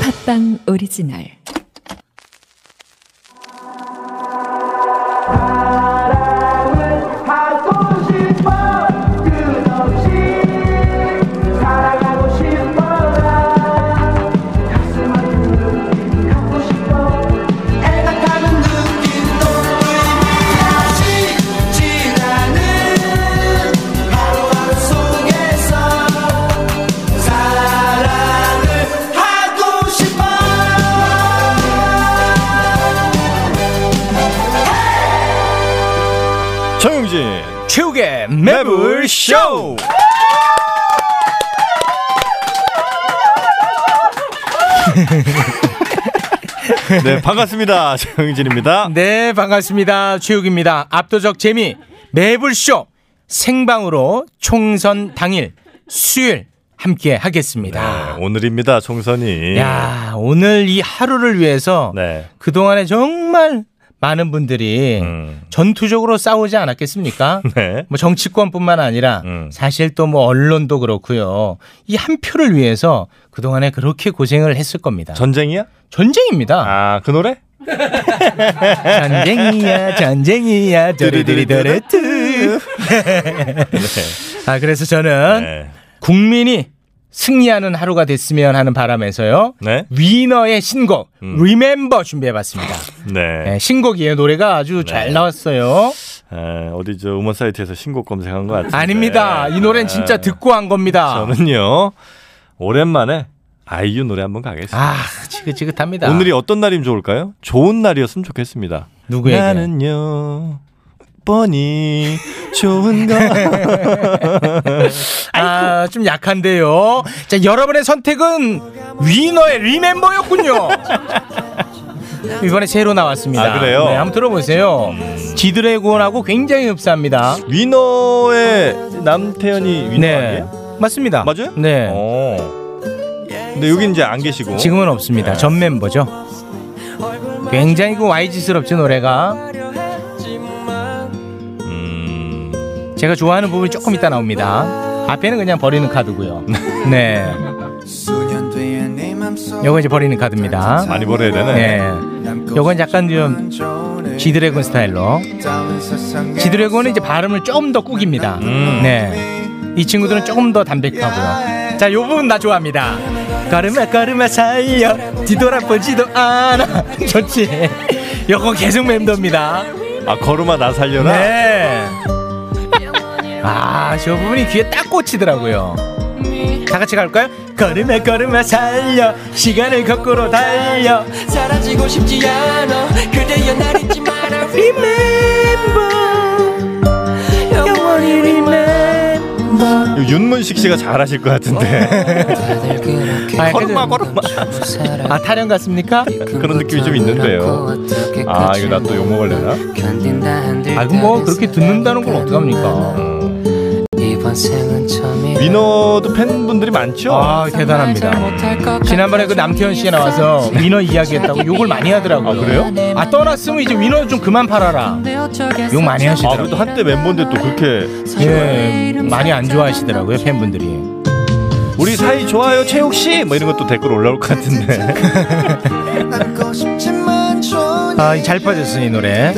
팟빵 오리지널 사랑을 하고 싶어 끝없이 사랑하고 싶어 나 가슴 아픈 갖고 싶어 애타는 눈길도 다시 지나는 하루하루 속에서 사랑을 하고 싶어 정영진 최욱의 매불 쇼. 네 반갑습니다 정영진입니다 네 반갑습니다. 최욱입니다. 압도적 재미 매불 쇼 생방으로 총선 당일 수요일 함께 하겠습니다. 네, 오늘입니다 총선이 야 오늘 이 하루를 위해서 네. 그 동안에 정말 많은 분들이 음. 전투적으로 싸우지 않았겠습니까? 네. 뭐 정치권뿐만 아니라 음. 사실 또 뭐 언론도 그렇고요. 이 한 표를 위해서 그 동안에 그렇게 고생을 했을 겁니다. 전쟁이야? 전쟁입니다. 아 그 노래? 전쟁이야 전쟁이야 뚜루뚜루뚜루. 뚜루뚜루뚜루 아 그래서 저는 네. 국민이 승리하는 하루가 됐으면 하는 바람에서요 네. 음. 위너의 신곡 Remember 준비해봤습니다 네. 네, 신곡이에요 노래가 아주 잘 나왔어요 에, 어디 저 음원 사이트에서 신곡 검색한 것 같은데. 아닙니다 이 노래는 진짜 에, 듣고 한 겁니다 네. 저는요 오랜만에 아이유 노래 한번 가겠습니다. 아 지긋지긋합니다 오늘이 어떤 날이면 좋을까요? 좋은 날이었으면 좋겠습니다. 누구에게? 나는요 뻔히 좋은 거. 아, 좀 약한데요. 자, 여러분의 선택은 위너의 리멤버였군요. 이번에 새로 나왔습니다. 아, 그래요? 음. 네, 한번 들어보세요. 지드래곤하고 굉장히 흡사합니다. 위너의 남태현이 위너 네. 아니에요? 맞습니다. 맞아요? 네. 어. 근데 여기 이제 안 계시고. 지금은 없습니다. 네. 전 멤버죠. 굉장히 그 YG스럽죠, 노래가. 음. 제가 좋아하는 부분이 조금 이따 나옵니다. 앞에는 그냥 버리는 카드고요. 네. 네 요거 이제 버리는 카드입니다. 많이 벌어야 되네. 네. 요건 약간 좀 지드래곤 스타일로. 지드래곤은 이제 발음을 좀 더 꾸깁니다. 네. 이 친구들은 조금 더 담백하고요. 자, 요 부분 나 좋아합니다. 가르마 가르마 사이여 뒤돌아보지도 않아. 좋지. 요거 계속 맴돕니다. 아 걸음아 나 살려라. 네. 아, 저 부분이 귀에 딱 꽂히더라고요. 다 같이 갈까요? 걸음에 걸음에 살려 시간을 거꾸로 달려 사라지고 싶지 않아 그대여 날 잊지 마라 Remember 영원히 remember 이거 윤문식 씨가 잘하실 것 같은데 다들 그렇게 아, 걸음아 걸음아 아 타령 같습니다? 그런 느낌이 좀 있는데요. 아 이거 나 또 욕먹을래나? 아, 그럼 뭐 그렇게 듣는다는 건 어떡합니까? 이번 생은 처음이라 위너도 팬분들이 많죠. 아 대단합니다. 지난번에 그 남태현 씨가 나와서 위너 이야기했다고 욕을 많이 하더라고요. 아, 그래요? 아 떠났으면 이제 위너 좀 그만 팔아라. 욕 많이 아 하시더라고요. 그래도 한때 멤버인데 또 그렇게 예, 많이 안 좋아하시더라고요 팬분들이. 우리 사이 좋아요 최욱 씨뭐 이런 것도 댓글 올라올 것 같은데. 아, 잘 빠졌어 이 노래.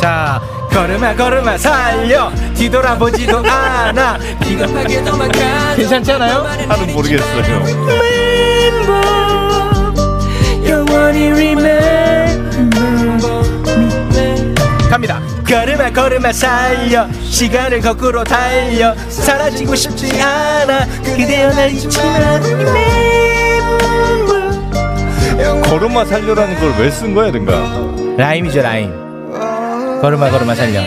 자, 걸음아 걸음아 살려 뒤돌아보지도 않아. 이거 급하게 도망가 괜찮잖아요? 하는 모르겠어요. 영원히 remember 갑니다. 걸음아 걸음아 살려 시간을 거꾸로 달려 사라지고 싶지 않아 그대여 날 잊지만 걸음아 살려라는 걸 왜 쓴 거야, 든가? 라임이죠 라임. 걸음아 걸음아 살려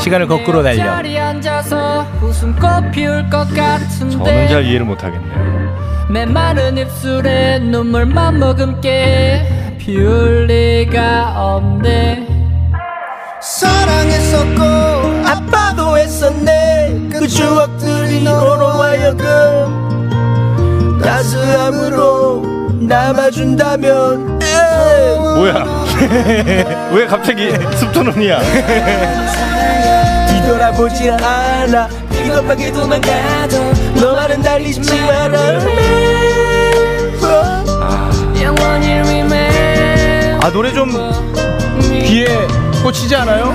시간을 거꾸로 달려. 자리 앉아서 웃음꽃 피울 것 저는 같은데 잘 이해를 못 하겠네요. 메마른 입술에 눈물 머금게 피울 리가 없네 사랑했었고 아빠도 했었네 그 추억들이 너로 하여금 따스함으로 남아준다면 에이. 뭐야? 왜 갑자기 습토론이야? 뒤돌아보질 않아 길 겁하게 도망가도 너와는 달리지 마라 아. 영원히 remain 아 노래 좀 귀에 꽂히지 않아요?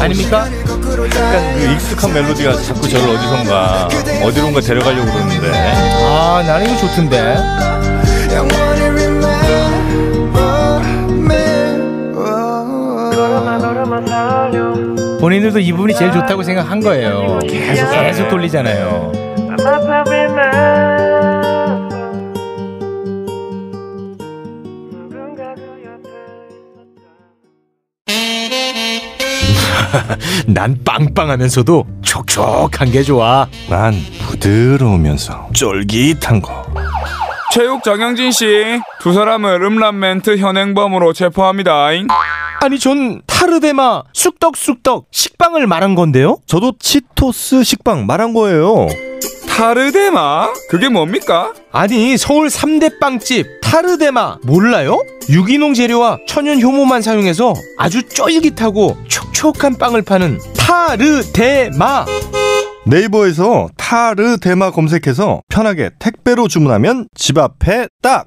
아닙니까? 약간 그 익숙한 멜로디가 자꾸 저를 어디선가 어디론가 데려가려고 그러는데 아 나는 이거 좋던데 본인들도 이 부분이 제일 좋다고 생각한 거예요 계속 계속 돌리잖아요 난 빵빵하면서도 촉촉한 게 좋아. 난 부드러우면서 쫄깃한 거 체육 정영진 씨 두 사람을 음란 멘트 현행범으로 체포합니다. 아니 전 타르데마 쑥떡쑥떡 식빵을 말한 건데요? 저도 치토스 식빵 말한 거예요 타르데마 그게 뭡니까? 아니 서울 삼대 빵집 타르데마 몰라요? 유기농 재료와 천연 효모만 사용해서 아주 쫄깃하고 촉촉한 빵을 파는 타르데마 네이버에서 타르데마 검색해서 편하게 택배로 주문하면 집 앞에 딱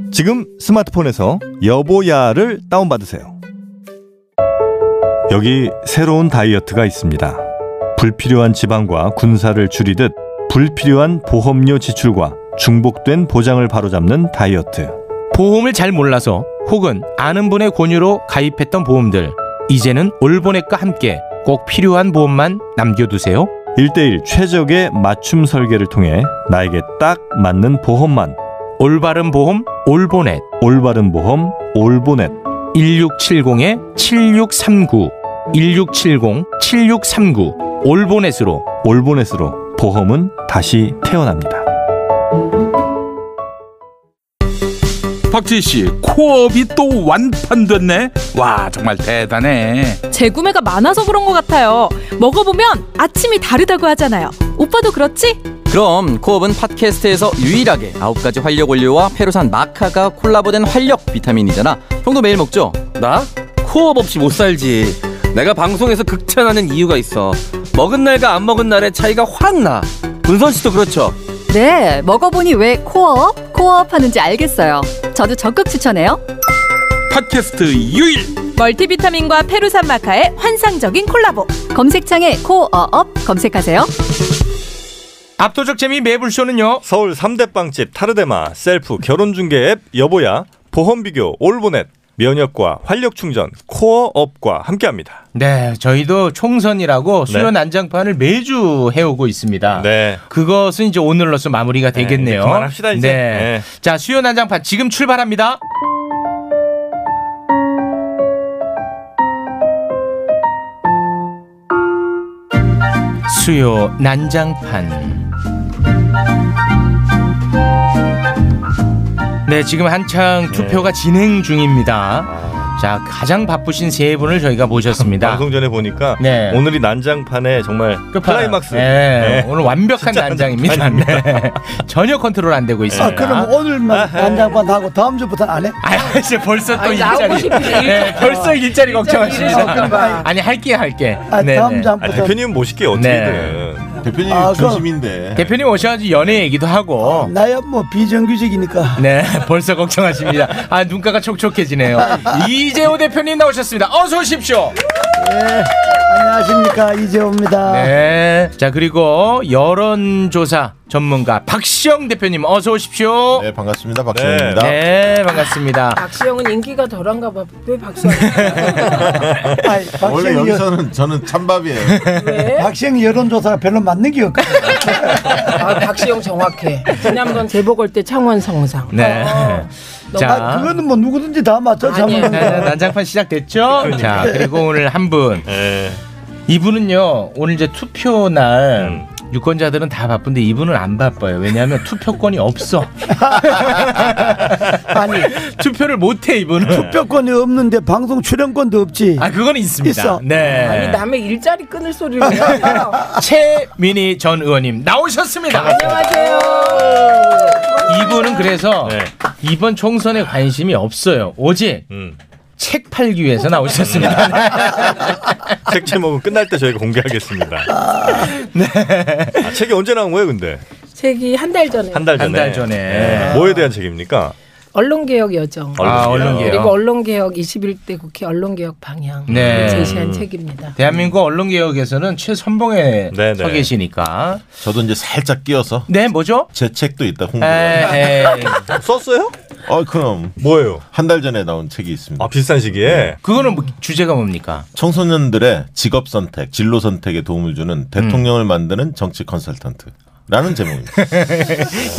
지금 스마트폰에서 여보야를 다운받으세요. 여기 새로운 다이어트가 있습니다. 불필요한 지방과 군사를 줄이듯 불필요한 보험료 지출과 중복된 보장을 바로잡는 다이어트. 보험을 잘 몰라서 혹은 아는 분의 권유로 가입했던 보험들 이제는 올보넷과 함께 꼭 필요한 보험만 남겨두세요 1대1 최적의 맞춤 설계를 통해 나에게 딱 맞는 보험만 올바른 보험 올보넷 올바른 보험 올보넷 1670-7639 1670-7639 올보넷으로 올보넷으로 보험은 다시 태어납니다. 박지희 씨 코업이 또 완판됐네. 와 정말 대단해. 재구매가 많아서 그런 것 같아요. 먹어보면 아침이 다르다고 하잖아요. 오빠도 그렇지? 그럼 코업은 팟캐스트에서 유일하게 9가지 활력 원료와 페루산 마카가 콜라보된 활력 비타민이잖아 형도 매일 먹죠? 나? 코업 없이 못 살지. 내가 방송에서 극찬하는 이유가 있어. 먹은 날과 안 먹은 날의 차이가 확 나. 문선 씨도 그렇죠. 네, 먹어보니 왜 코어업? 코어업 하는지 알겠어요. 저도 적극 추천해요. 팟캐스트 유일 멀티비타민과 페루산 마카의 환상적인 콜라보. 검색창에 코어업 검색하세요. 압도적 재미 매불쇼는요 서울 3대 빵집 타르데마 셀프 결혼중개 앱 여보야 보험비교 올보넷 면역과 활력충전 코어업과 함께합니다. 네 저희도 총선이라고 네. 수요 난장판을 매주 해오고 있습니다 네. 그것은 이제 오늘로써 마무리가 되겠네요 이제 그만합시다, 이제. 네. 네. 자 수요 난장판 지금 출발합니다 수요 난장판 네, 지금 한창 투표가 네. 진행 중입니다. 아. 자, 가장 바쁘신 세 분을 저희가 모셨습니다. 방송 전에 보니까 아. 네. 오늘이 난장판에 정말 끝판왕. 클라이막스. 네, 네. 오늘 완벽한 난장입니다. 네. 전혀 컨트롤 안 되고 있습니다. 아 그럼 오늘만 난장판 하고 다음 주부터는 안 해? 아, 이제 벌써 또 일자리. 네, 벌써 일자리 일을 하고 걱정하십니다. 있어요. 아니, 할게 할게. 아 네, 다음 네. 아, 장부터 대표님 모실게 어떻게든. 대표님 아, 그럼- 중심인데. 대표님 오셔가지고 연애 얘기도 하고. 나야 뭐 비정규직이니까 네, 벌써 걱정하십니다. 아, 눈가가 촉촉해지네요. 이재호 대표님 나오셨습니다. 어서 오십시오. 네, 안녕하십니까 이재호입니다. 네. 자, 그리고 여론조사 전문가 박시영 대표님 어서 오십시오. 네 반갑습니다 박수영입니다. 네, 반갑습니다. 박시영은 인기가 덜한가 봐. 왜 박시영? 아이, 박수영 원래 여- 여기서는 저는 찬밥이에요. 박시영 여론조사가 별로 맞는 게 없거든요. 아, 박시영 정확해. 지난번 재보궐 때 창원 성상. 네. 아, 자, 그거는 뭐 누구든지 다 맞죠. 네, 장군. 네, 난장판 시작됐죠? 그러니까. 자, 그리고 오늘 한 분. 네. 네. 이분은요, 오늘 이제 투표 음. 날 유권자들은 다 바쁜데 이분은 안 바빠요. 왜냐하면 투표권이 없어. 아니, 투표를 못해, 이분은. 투표권이 없는데 방송 출연권도 없지. 아, 그건 있습니다. 있어. 네. 아니 남의 일자리 끊을 소리를 왜 하나? 최민희 전 의원님 나오셨습니다. 안녕하세요. 이분은 그래서 네. 네. 이번 총선에 관심이 없어요. 오직 음. 책 팔기 위해서 나오셨습니다. 네. 책 제목은 끝날 때 저희가 공개하겠습니다. 네. 아, 책이 언제 나온 거예요, 근데? 책이 한 달 전에. 한 달 전에. 한달 전에. 네. 뭐에 대한 책입니까? 언론개혁 여정. 아, 언론개혁. 그리고 언론개혁 21대 국회 언론개혁 방향 어. 네. 을 제시한 음. 책입니다. 대한민국 언론 개혁에서는 최선봉에 네, 서 네. 계시니까. 저도 이제 살짝 끼어서. 네, 뭐죠? 제 책도 있다 홍보. 에이, 썼어요? 어, 그럼. 뭐예요? 한 달 전에 나온 책이 있습니다. 아, 비슷한 시기에. 네. 그거는 뭐 주제가 뭡니까? 청소년들의 직업 선택, 진로 선택에 도움을 주는 대통령을 만드는 정치 컨설턴트라는 제목입니다. 어.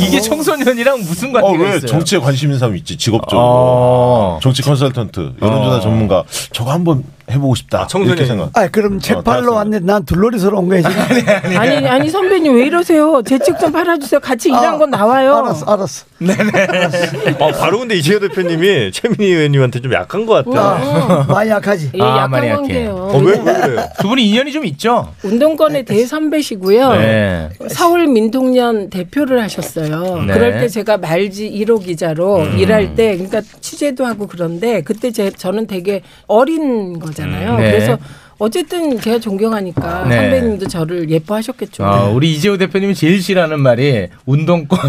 이게 청소년이랑 무슨 관계가 어, 왜 있어요? 어. 정치에 관심 있는 사람 있지 직업적으로 정치 컨설턴트 여론조사 어. 전문가 저거 한번 해보고 싶다 이렇게 뭐. 생각. 아, 그럼 책 팔러 왔는데 난 둘러리서로 온 거야 지금. 아니 아니 선배님 왜 이러세요? 제 책 좀 팔아주세요. 같이 일한 건 나와요. 알았어 알았어. 아, 바로 근데 이지혜 대표님이 최민희 의원님한테 좀 약한 것 같아요. 많이 약하지. 예, 약한 관계예요. 어, 왜, 왜 그래요? 두 분이 인연이 좀 있죠? 운동권의 대선배시고요. 네. 서울 민통년 대표를 하셨어요. 네. 그럴 때 제가 말지 1호 기자로 음. 일할 때, 그러니까 취재도 하고 그런데 그때 제, 저는 되게 어린 거잖아요. 음, 네. 그래서 어쨌든 제가 존경하니까 네. 선배님도 저를 예뻐하셨겠죠. 아, 우리 이재호 대표님이 제일 싫어하는 말이 운동권.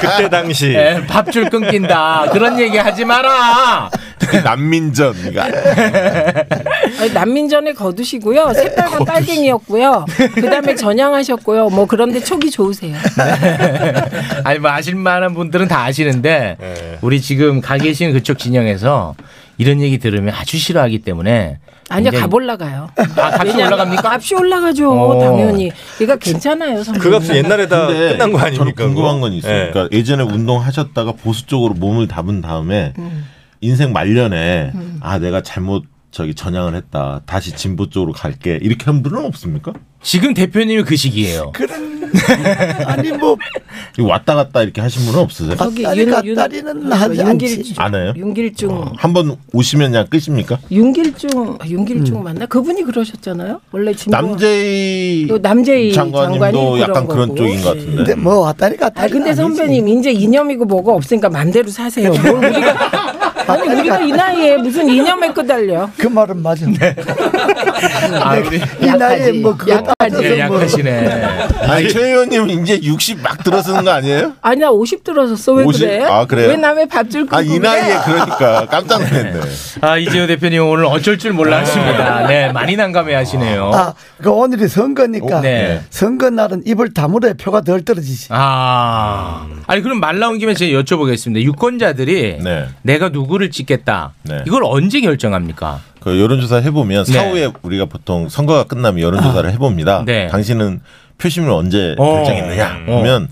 그때 당시. 예. 밥줄 끊긴다. 그런 얘기 하지 마라. 난민전. 아니, 난민전에 거두시고요. 새빨간 빨갱이였고요. 그 다음에 전향하셨고요. 뭐 그런데 촉이 좋으세요. 아니 뭐 아실만한 분들은 다 아시는데 네. 우리 지금 가 계신 그쪽 진영에서 이런 얘기 들으면 아주 싫어하기 때문에 아니요, 굉장히- 값 올라가요. 아, 값이 왜냐면 올라갑니까? 값이 올라가죠, 어. 당연히. 그러니까 괜찮아요, 선배님. 아, 끝난 근데 거 예. 저는 아닙니까, 그거? 궁금한 네. 건 있어요. 그러니까 예전에 운동하셨다가 보수 쪽으로 몸을 담은 다음에 인생 말년에 음. 아 내가 잘못 저기 전향을 했다. 다시 진보 쪽으로 갈게. 이렇게 한 분은 없습니까? 지금 대표님이 그 시기예요. 아니 뭐 이거 왔다 갔다 이렇게 하신 분은 네. 없으세요? 저기 갔다리, 윤- 어, 갔다리는 윤- 하지 윤길중. 안 해요? 윤길중. 어. 한번 오시면 그냥 끝입니까? 뭐, 윤길중 아, 윤길중 음. 맞나? 그분이 그러셨잖아요. 원래 진보 남재희 또 남재희 장관님도 장관이 약간 그런 그런 거고. 쪽인 것 같은데. 근데 뭐 왔다리 갔다리. 아 근데 선배님 이제 이념이고 뭐가 없으니까 맘대로 사세요. 뭘 우리가 아니 우리가 이 나이에 무슨 이념에 끄달려? 그 말은 맞아. 네. 아, 우리 이 나이에 뭐 그거 따져서 네, 예, 뭐. 약하시네. 아니 최 의원님 이제 60 막 들어서는 거 아니에요? 아니 나50 들어섰어 왜 50? 그래? 아, 그래요? 왜 남의 밥줄 끊고 아 이 나이에 그래? 그러니까 깜짝 놀랐네. 아 이재호 대표님 오늘 어쩔 줄 몰라 하십니다. 네 많이 난감해하시네요. 아, 그 오늘이 선거니까 오, 네. 선거 날은 입을 다물어야 표가 덜 떨어지지. 아. 아니 그럼 말 나온 김에 제가 여쭤보겠습니다. 유권자들이 내가 누구를 찍겠다. 네. 이걸 언제 결정합니까? 그 여론조사 해보면 네. 사후에 우리가 보통 선거가 끝나면 여론조사를 아. 해봅니다. 네. 아, 당신은 표심을 언제 어. 결정했느냐 어. 그러면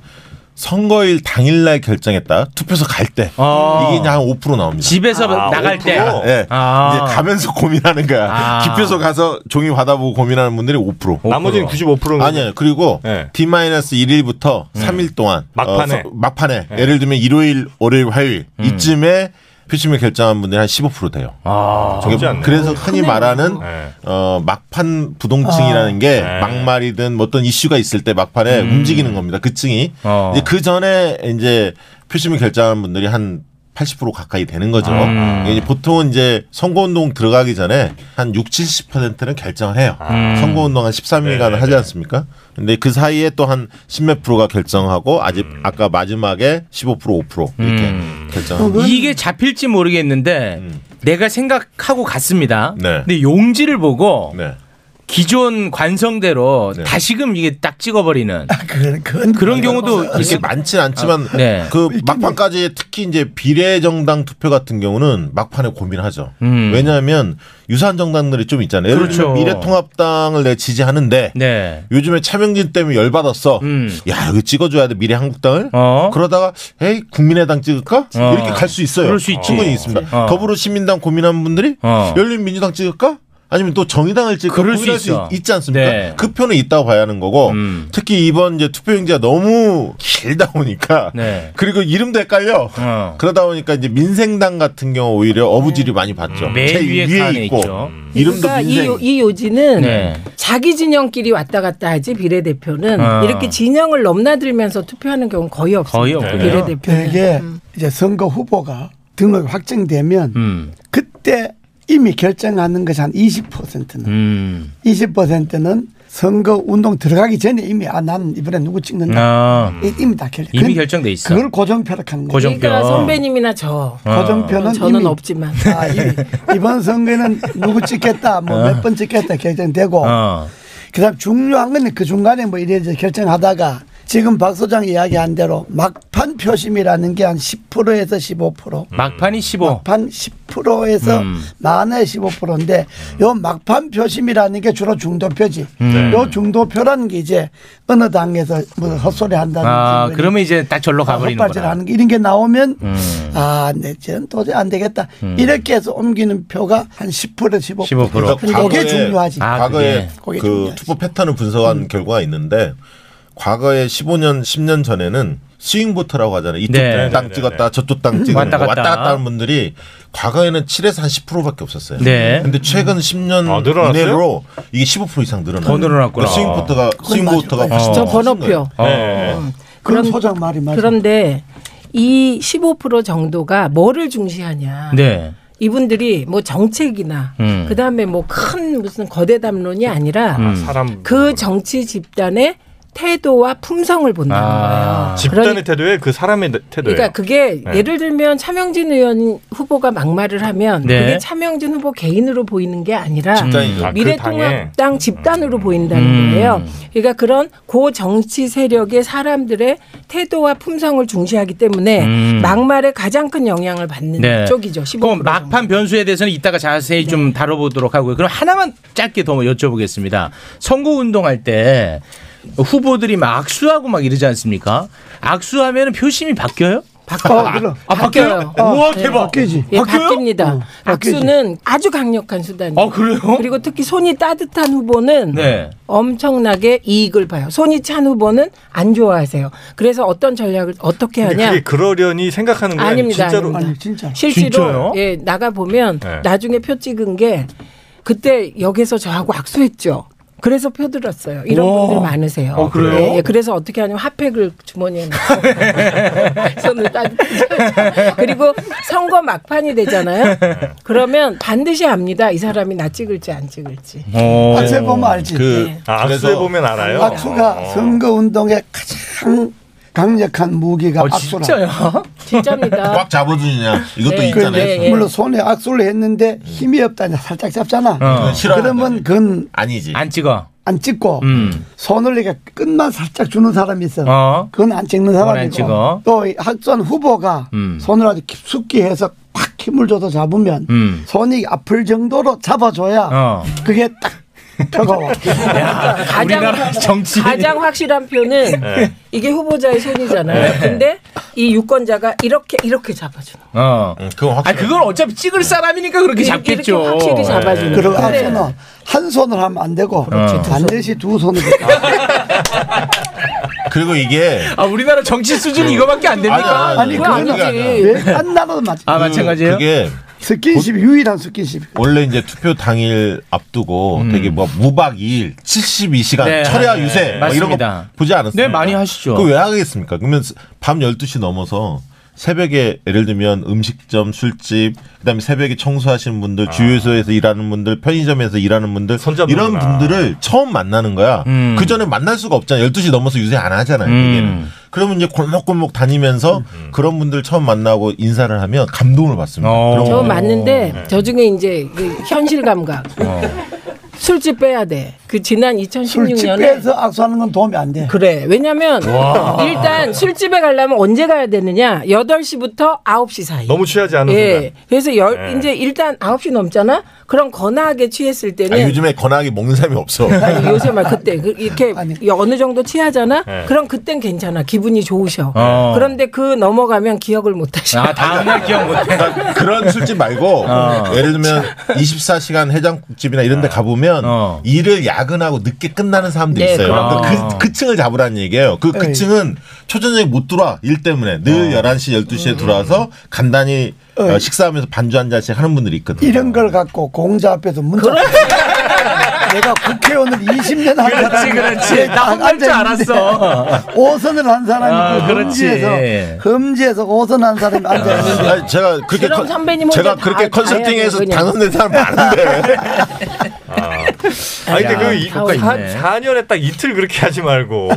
선거일 당일날 결정했다 투표소 갈 때 아. 이게 이제 한 5% 나옵니다. 집에서 아, 아, 나갈 때. 네. 아. 이제 가면서 고민하는 거야. 아. 기표소 가서 종이 받아보고 고민하는 분들이 5%. 나머지는 95%는 예. 아니에요. 그리고 D-1일부터 3일 동안 막판에. 어, 서- 막판에 예를 들면 일요일, 월요일, 화요일 이쯤에 표심을 결정한 분들이 한 15% 돼요. 아, 그게 적지 않네요. 그래서 흔히 말하는 어, 막판 부동층이라는 아. 게 네. 막말이든 뭐 어떤 이슈가 있을 때 막판에 음. 움직이는 겁니다. 그 층이 어. 이제 그 전에 이제 표심을 결정하는 분들이 한 80% 가까이 되는 거죠. 음. 이게 보통은 이제 선거운동 들어가기 전에 한 6, 70%는 결정을 해요. 음. 네, 선거운동 한 13일간 하지 않습니까? 근데 그 사이에 또 한 10몇 프로가 결정하고 아직 음. 아까 마지막에 15% 5% 음. 이렇게 어, 그러니까 결정합니다. 이게 잡힐지 모르겠는데 내가 생각하고 갔습니다. 네. 근데 용지를 보고 기존 관성대로 다시금 이게 딱 찍어버리는 아, 그런, 그런 경우도 이게 있을 많진 않지만 아, 네. 그 막판까지 특히 이제 비례정당 투표 같은 경우는 막판에 고민하죠. 음. 왜냐하면 유사한 정당들이 좀 있잖아요. 예를 들면 그렇죠. 미래통합당을 내 지지하는데 네. 음. 요즘에 차명진 때문에 열받았어. 야 이거 찍어줘야 돼 미래한국당을. 그러다가 에이 국민의당 찍을까? 어. 이렇게 갈 수 있어요. 그럴 수 있지. 충분히 있습니다. 어. 더불어시민당 고민한 분들이 어. 열린민주당 찍을까? 아니면 또 정의당을 찍을까 그럴 수 고민할 수, 있어. 있, 지 않습니까? 네. 음. 그 표는 있다고 봐야 하는 거고 특히 이번 이제 투표용지가 너무 길다 보니까 네. 어. 그리고 이름도 헷갈려. 그러다 보니까 이제 민생당 같은 경우 오히려 어부질이 많이 받죠. 음. 맨 제일 위에 칸에 있고 있죠. 이름도 그러니까 이, 민생. 요- 이 요지는 네. 자기 진영끼리 왔다 갔다 하지 비례대표는 아. 이렇게 진영을 넘나들면서 투표하는 경우는 거의 없어요. 비례대표는. 이게 이제 선거 후보가 등록이 확정되면 음. 그때 이미 결정하는 것이 한 20%는 음. 20%는 선거 운동 들어가기 전에 이미 아 나는 이번에 누구 찍는다 아. 이- 이미 다 결정. 이미 결정돼 있어. 아. 그걸 고정표라고 하는 거예요. 그러니까 선배님이나 저. 어. 고정표는 저는 이미- 없지만. 이번 선거에는 누구 찍겠다, 뭐 아. 몇 번 찍겠다 결정되고, 어. 그다음 중요한 건 그 중간에 뭐 이래저래 결정하다가 지금 박 소장 이야기한 대로 막판 표심이라는 게 한 10%에서 15%. 막판이 15. 막판 10%에서 음. 만에 15%인데 요 막판 표심이라는 게 주로 중도표지. 네. 요 중도표라는 게 이제 어느 당에서 뭐 헛소리 한다든지 아, 뭐 그러면 이제 딱 절로 가버리는 거야. 헛발질하는 게 이런 게 나오면 음. 아, 네, 쟤는 도저히 안 되겠다. 음. 이렇게 해서 옮기는 표가 한 10%에서 15%. 15%. 그러니까 그렇죠. 그게 중요하지. 아, 과거에 그게 그러니까 아, 음. 그 투표 패턴을 분석한 결과가 있는데 과거에 15년, 10년 전에는 스윙보터라고 하잖아요. 이쪽 네. 땅 네, 찍었다, 저쪽 땅 음. 찍었다, 왔다 왔다 갔다. 갔다, 하는 분들이 과거에는 7에서 한 10%밖에 없었어요. 네. 근데 최근 10년 아, 늘어났어요? 이내로 이게 15% 이상 늘어났어요. 그러니까 더 늘어났구나. 어. 스윙보터가 스윙보터가 아, 훨씬 저 더 커진 번호표. 거예요. 그런 소장 말이 맞아. 그런데 이 15% 정도가 뭐를 중시하냐. 네. 이분들이 뭐 정책이나 음. 그다음에 뭐 큰 무슨 거대 담론이 아니라 음. 아, 사람 그 정치 집단의 태도와 품성을 본다는 거예요. 아, 집단의 태도에 그 사람의 태도에. 그러니까 그게 네. 예를 들면 차명진 의원 후보가 막말을 하면 네. 그게 차명진 후보 개인으로 보이는 게 아니라 음. 집단이죠. 아, 그 미래통합당 집단으로 보인다는 음. 거예요. 그러니까 그런 고 정치 세력의 사람들의 태도와 품성을 중시하기 때문에 음. 막말에 가장 큰 영향을 받는 네. 쪽이죠. 15% 그럼 막판 변수에 대해서는 이따가 자세히 네. 좀 다뤄보도록 하고요. 그럼 하나만 짧게 더 여쭤보겠습니다. 선거 운동할 때 후보들이 막 악수하고 막 이러지 않습니까? 악수하면 표심이 바뀌어요? 바꿔. 아, 아, 바뀌어요? 어, 우와, 네. 대박. 예, 바뀌어요? 바뀝니다. 바뀌지. 악수는 아주 강력한 수단이에요. 아, 그래요? 그리고 특히 손이 따뜻한 후보는 네. 엄청나게 이익을 봐요. 손이 찬 후보는 안 좋아하세요. 그래서 어떤 전략을 어떻게 하냐? 그게 그러려니 생각하는 거야? 아니면 아닙니다. 진짜로 아닙니다. 실제로 진짜요? 예, 나가 보면 네. 나중에 표 찍은 게 그때 역에서 저하고 악수했죠. 그래서 표 들었어요. 이런 우와. 분들 많으세요. 어, 그래요? 예, 예. 그래서 어떻게 하냐면 핫팩을 주머니에 넣고 손을 따뜻하게 그리고 선거 막판이 되잖아요. 그러면 반드시 압니다. 이 사람이 나 찍을지 안 찍을지. 어, 아, 악수해 보면 알지. 그 네. 아, 악수해 보면 알아요. 악수가 어. 선거 운동의 가장 강력한 무기가 악수라. 어, 진짜요? 진짜입니다. 꽉 잡아주느냐 이것도 그, 있잖아요. 네, 예. 물론 손에 악수를 했는데 힘이 없다. 살짝 잡잖아. 어. 싫어하는 그러면 그건 아니지. 안 찍어. 안 찍고 음. 손을 이렇게 끝만 살짝 주는 사람이 있어. 어. 그건 안 찍는 그건 안 사람이고 찍어. 또이 학전 후보가 음. 손을 아주 깊숙이 해서 꽉 힘을 줘서 잡으면 음. 손이 아플 정도로 잡아줘야 어. 그게 딱 표가 와. 가장 가장 확실한 표는 네. 이게 후보자의 손이잖아요. 네. 근데 이 유권자가 이렇게 이렇게 잡아주는. 어. 음, 그건 아, 그건 어차피 찍을 사람이니까 그렇게 잡겠죠. 예, 확실히 잡아주는. 그리고 네. 악수는 한 손으로 하면 안 되고 그렇지, 두 반드시 두 손으로. 그리고 이게 아, 우리나라 정치 수준이 이거밖에 아, 안 됩니까? 아니, 그건 왜딴 예? 나라도 맞지. 그- 그게 스킨십 유일한 스킨십. 원래 이제 투표 당일 앞두고 되게 뭐 무박 2일, 72시간 음. 네, 철야 네, 유세 네. 뭐 이런 거 맞습니다. 보지 않았어요? 네, 많이 하시죠. 그거 왜 하겠습니까? 그러면 스- 밤 12시 넘어서 새벽에 예를 들면 음식점, 술집, 그다음에 새벽에 청소하시는 아. 분들, 주유소에서 일하는 분들, 편의점에서 일하는 분들 이런 분들을 처음 만나는 거야. 그 전에 만날 수가 없잖아. 12시 넘어서 유세 안 음. 하잖아요. 얘기는. 그러면 이제 골목골목 다니면서 그런 분들 처음 만나고 인사를 하면 어. 감동을 받습니다. 그런 저 분들. 맞는데 네. 저 중에 이제 그 현실 감각. 술집 빼야 돼. 그 지난 2016년에 술집에서 악수하는 건 도움이 안 돼. 그래. 왜냐면 와. 일단 술집에 가려면 언제 가야 되느냐? 8시부터 9시 사이. 너무 취하지 않은 예. 순간. 그래서 열 예. 이제 일단 9시 넘잖아. 그럼 거나하게 취했을 때는 아, 요즘에 건하게 먹는 사람이 없어. 아니, 요새 말 그때 그 이렇게 어느 정도 취하잖아. 네. 그럼 그땐 괜찮아. 기분이 좋으셔. 어. 그런데 그 넘어가면 기억을 못 하셔. 다음날 기억 못해. 아, 그러니까 그런 술집 말고 어. 예를 들면 24시간 해장국집이나 이런 데 가보면 일을 야근하고 늦게 끝나는 사람도 네, 있어요. 그럼. 그러니까 그, 그 층을 잡으라는 얘기예요. 그, 그 네. 에이. 층은 초저녁에 못 들어와. 일 때문에. 늘 11시, 12시에 들어와서 간단히 어, 식사하면서 반주 한 잔씩 하는 분들이 있거든요. 네. 이런 걸 갖고 공자 앞에서 문자. 내가 국회의원을 20년 한 그렇지, 사람이 그렇지. 이제 나 혼날 줄 앉아있는데 알았어. 오선을 한 사람이 아, 그 그렇지. 흠지에서 흠지에서 오선 한 사람이 앉아 있는데 아니, 제가 그렇게 그럼 컨- 선배님 혼자 제가 다 그렇게 해야 컨설팅해서 돼요, 그냥. 당선된 사람 많은데. 아니 근데 그 이- 다오네. 한 4년에 딱 이틀 그렇게 하지 말고